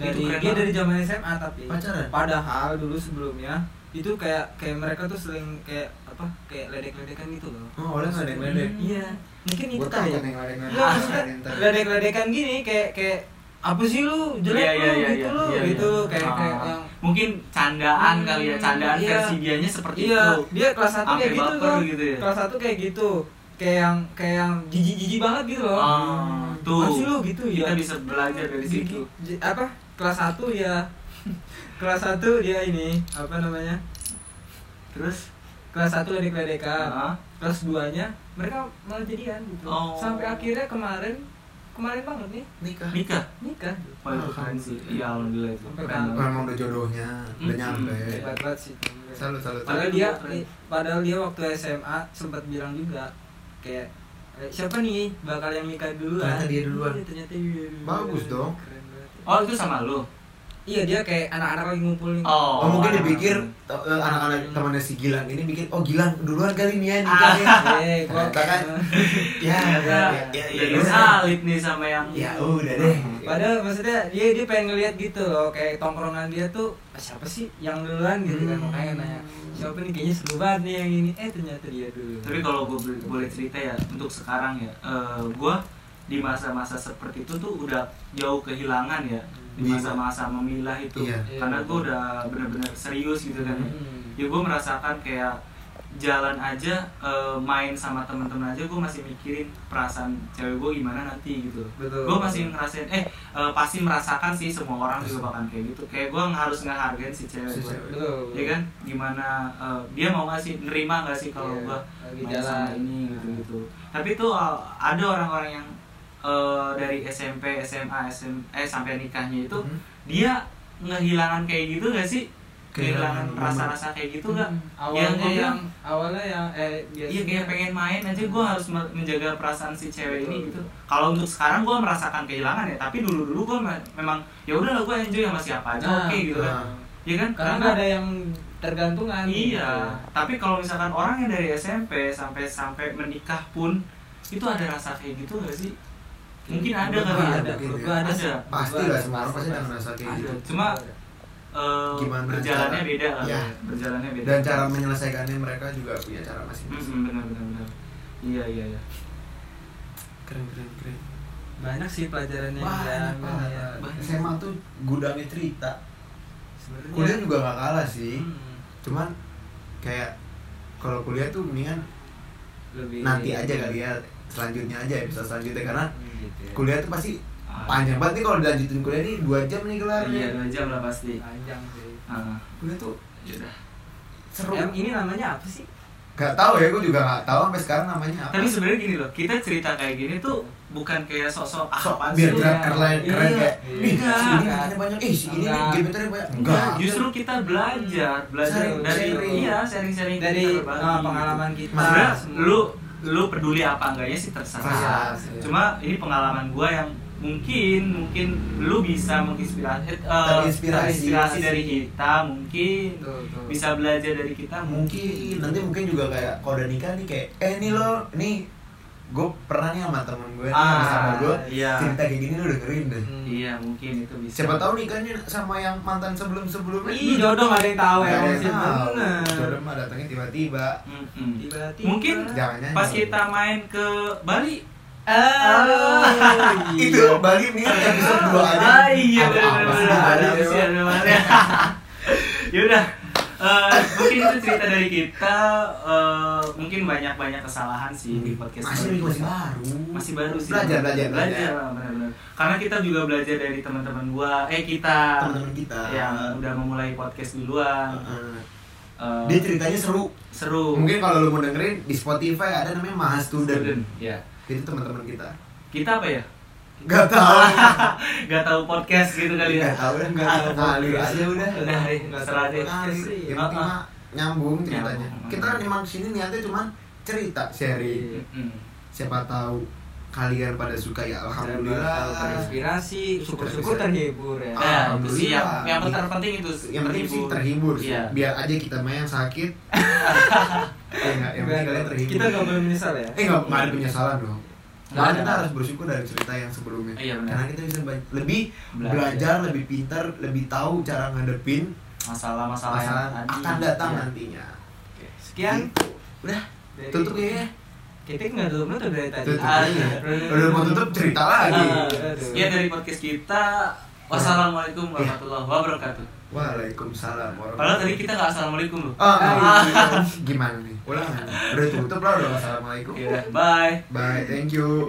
Dari
Itu keren
dia
banget.
dari zaman SMA tapi
Pacaran?
padahal dulu sebelumnya itu kayak kayak mereka tuh sering kayak apa kayak ledek-ledekan gitu loh.
Oh, oleh ngeledek-ngeledek.
Iya. Mungkin itu
Gua tahu
kali.
kan yang ngeledek-ngeledek.
Iya, maksudnya ledek-ledekan gini kayak kayak apa sih lu jelek
Iya, iya,
lu
iya,
gitu
iya,
lu
iya,
gitu
iya.
kayak
Ah.
kayak yang
mungkin candaan
Hmm,
kali ya candaan
iya.
versi dianya seperti
iya
itu
dia kelas satu
Sampai
kayak gitu
baper
tuh
gitu ya.
kelas satu kayak gitu kayak yang kayak yang jijik jijik banget gitu loh
Ah, tuh.
Apaan sih lu gitu ya
Kita bisa belajar dari
Jijik-
situ.
ji- apa kelas satu ya kelas satu dia ini apa namanya
terus
kelas satu ledek ledekan
Ah.
kelas duanya mereka malah jadian gitu
Oh.
sampai akhirnya kemarin kemarin banget nih
Nikah.
nikah
nikah
Wah itu keren sih, iya alhamdulillah itu
Sampai
keren
kangen.
banget.
Memang udah jodohnya, udah
Mm-mm.
nyampe.
hebat banget sih
Salut, salut.
Padahal
Tapi
dia,
gua keren.
padahal dia waktu SMA sempat bilang juga kayak "Eh, siapa nih bakal yang nikah duluan?
Ternyata dia duluan.
Iya, ternyata dia duluan.
Bagus dong.
Keren banget.
Oh itu sama lu?
Iya dia kayak anak-anak lagi ngumpul nih.
Oh, mungkin
anak-anak.
dipikir eh, anak-anak temannya si Gilang ini mikir, oh Gilang duluan kali nih ya nikahnya.
Eh, gua
Ternyata kan, ya,
Ternyata ya,
ya, ya, ya,
salib nih sama yang
ya, udah deh.
Padahal maksudnya dia dia pengen ngeliat gitu loh kayak tongkrongan dia tuh "Ah, siapa sih yang duluan gitu kan makanya nanya siapa nih kayaknya seru banget nih yang ini eh ternyata dia dulu.
Tapi kalau gue boleh cerita ya untuk sekarang ya, eh, gue di masa-masa seperti itu tuh udah jauh kehilangan ya di
Iya.
masa-masa memilah itu
Iya.
karena gue udah benar-benar serius gitu kan
Hmm.
ya gue merasakan kayak jalan aja eh, main sama teman-teman aja gue masih mikirin perasaan cewek gue gimana nanti gitu
Betul.
gue masih ngerasain eh eh, pasti merasakan sih semua orang juga bakal kayak gitu kayak gue harus ngehargain si cewek
Si
gue
cewek.
Betul.
ya kan gimana eh, dia mau nggak sih nerima nggak sih kalau
Iya,
gua
lagi
main sama
jalan. Nah.
ini gitu gitu tapi itu eh, ada orang-orang yang eh, dari SMP SMA SM eh sampai nikahnya itu
Hmm.
Mhm.
dia ngehilangan kayak gitu gak sih kehilangan
Kehilangan momen.
rasa-rasa kayak gitu gak
Hmm, awalnya yang,
yang, yang
awalnya yang eh
Iya kayak pengen main aja gue harus me- menjaga perasaan si cewek ini gitu.
Betul.
Kalau untuk sekarang gue merasakan kehilangan ya, tapi dulu dulu gue memang ya udah lah gue enjoy sama siapa aja,
Nah,
oke gitu kan.
Ah,
nah.
Iya kan?
karena ada gitu. yang tergantungan
iya. Tapi kalau misalkan orang yang dari SMP sampai sampai menikah pun itu ada rasa kayak gitu gak sih?
gitu.
Mungkin ada
Mungkin
kali.
gitu. ada, mungkin
Ada.
ya.
ada.
Pasti lah semua orang pasti ada ngerasa kayak
Ada.
gitu.
Cuma eh,
Gimana
berjalannya
cara-
beda lah.
Ya.
Berjalannya beda.
Dan cara menyelesaikannya mereka juga punya cara masing-masing.
Mm-mm, benar benar benar. Iya iya iya.
keren keren keren
banyak sih pelajaran yang
Wah,
diambil, ya.
SMA tuh gudangnya cerita.
Sebenarnya-
Kuliah juga gak kalah sih.
Hmm.
Cuman kayak kalau kuliah tuh mendingan
lebih
nanti aja kali ya selanjutnya aja episode selanjutnya karena
Hmm, gitu ya.
kuliah tuh pasti panjang banget nih kalau dilanjutin kuliah nih dua jam nih kelar
Iya dua jam lah pasti.
panjang sih
Ah,
kuliah tuh
yaudah.
seru
Em, ini namanya apa sih
gak tahu ya gue juga gak tahu sampai sekarang namanya apa
Tapi sebenarnya gini loh, kita cerita kayak gini tuh bukan kayak sok-sok ah,
Sok,
apaan
biar
sih lu?"
keren keren keren
Iya.
kayak ih
Enggak.
si ini nanya banyak ih si ini nih
Iya. Enggak.
gebetannya banyak enggak
Enggak, justru kita belajar, belajar
Hmm. Sharing,
dari
sharing. ah,
iya sharing-sharing
dari
kita berbagi.
eh, pengalaman kita
Sebenarnya
semua.
lu lu peduli apa enggaknya sih terserah.
Terserah, sih.
Cuma ini pengalaman gua yang mungkin mungkin lu bisa menginspirasi eh,
Terinspirasi.
terinspirasi dari kita mungkin
Betul, betul.
bisa belajar dari kita
mungkin nanti mungkin juga kayak kalau udah nikah nih kayak eh nih lo nih gue pernah nih sama temen gue nih
Ah,
sama gue
iya.
cerita kayak gini lo dengerin deh
Hmm.
iya mungkin itu bisa
siapa tahu nikahnya sama yang mantan sebelum sebelumnya
Ih, jodoh gak ada yang tahu ya.
Nggak ada yang
maksudnya.
tahu.
Bener.
jodoh mah datangnya tiba-tiba
Mm-mm.
Tiba-tiba.
mungkin
Jangan nyanyi.
pas kita main ke Bali
Ah,
itu Bali nih episode dua aja
iya. ah iya
Ada
benar-benar ada
apa sih Bali, coba?
usia ada Bali. yaudah eh, mungkin itu cerita dari kita eh, mungkin banyak banyak kesalahan sih di podcast
masih
kali ini.
masih baru
masih baru sih
belajar belajar
belajar,
belajar
benar-benar. karena kita juga belajar dari teman-teman gua eh kita
teman-teman kita
yang udah memulai podcast duluan
Heeh.
Eh,
dia ceritanya seru
seru
mungkin kalau lo mau dengerin di Spotify ada namanya Mahas Student
ya
itu teman-teman kita
kita apa ya
Gak tau
Gak tahu podcast gitu kali ya
Gak tau dan gak tau Ngalir aja udah
udah deh terserah deh
Ngalir
Ah,
Yang penting
ah.
mah nyambung ceritanya
Nyambung.
Kita emang sini niatnya cuman cerita sharing
Mm-mm.
Siapa tahu kalian pada suka ya
Alhamdulillah
Alhamdulillah
terinspirasi, syukur-syukur
Bisa.
terhibur ya.
Nah,
Ah.
itu sih yang,
Alhamdulillah.
yang terpenting itu
Yang penting sih
terhibur.
terhibur sih
Iya.
Biar aja kita main yang sakit Ya enggak, yang penting kalian terhibur
Kita gak boleh menyesal ya.
Eh nggak nggak ada penyesalan dong.
Nggak
Malah
ada.
kita harus bersyukur dari cerita yang sebelumnya.
Iya, benar.
Karena kita bisa ba- lebih
Belajar.
belajar, lebih pintar, lebih tahu cara ngadepin
masalah-masalah yang
masalah
tadi.
akan datang
Iya.
nantinya.
Sekian.
Gitu. Udah,
Dari-
tutup ya.
Kita nggak tutup nutup dari tadi.
Tutup.
Ah,
ya. Udah mau tutup cerita lagi.
Ah,
Aduh.
Sekian dari podcast kita. Wassalamualaikum
Iya.
warahmatullahi wabarakatuh.
Waalaikumsalam
Padahal tadi
warahmatullahi
kita nggak assalamualaikum loh.
Ah, iya. gimana nih? Ulang. Udah
Iya.
tutup lah udah. Assalamualaikum.
Yaudah, bye.
Bye, thank you.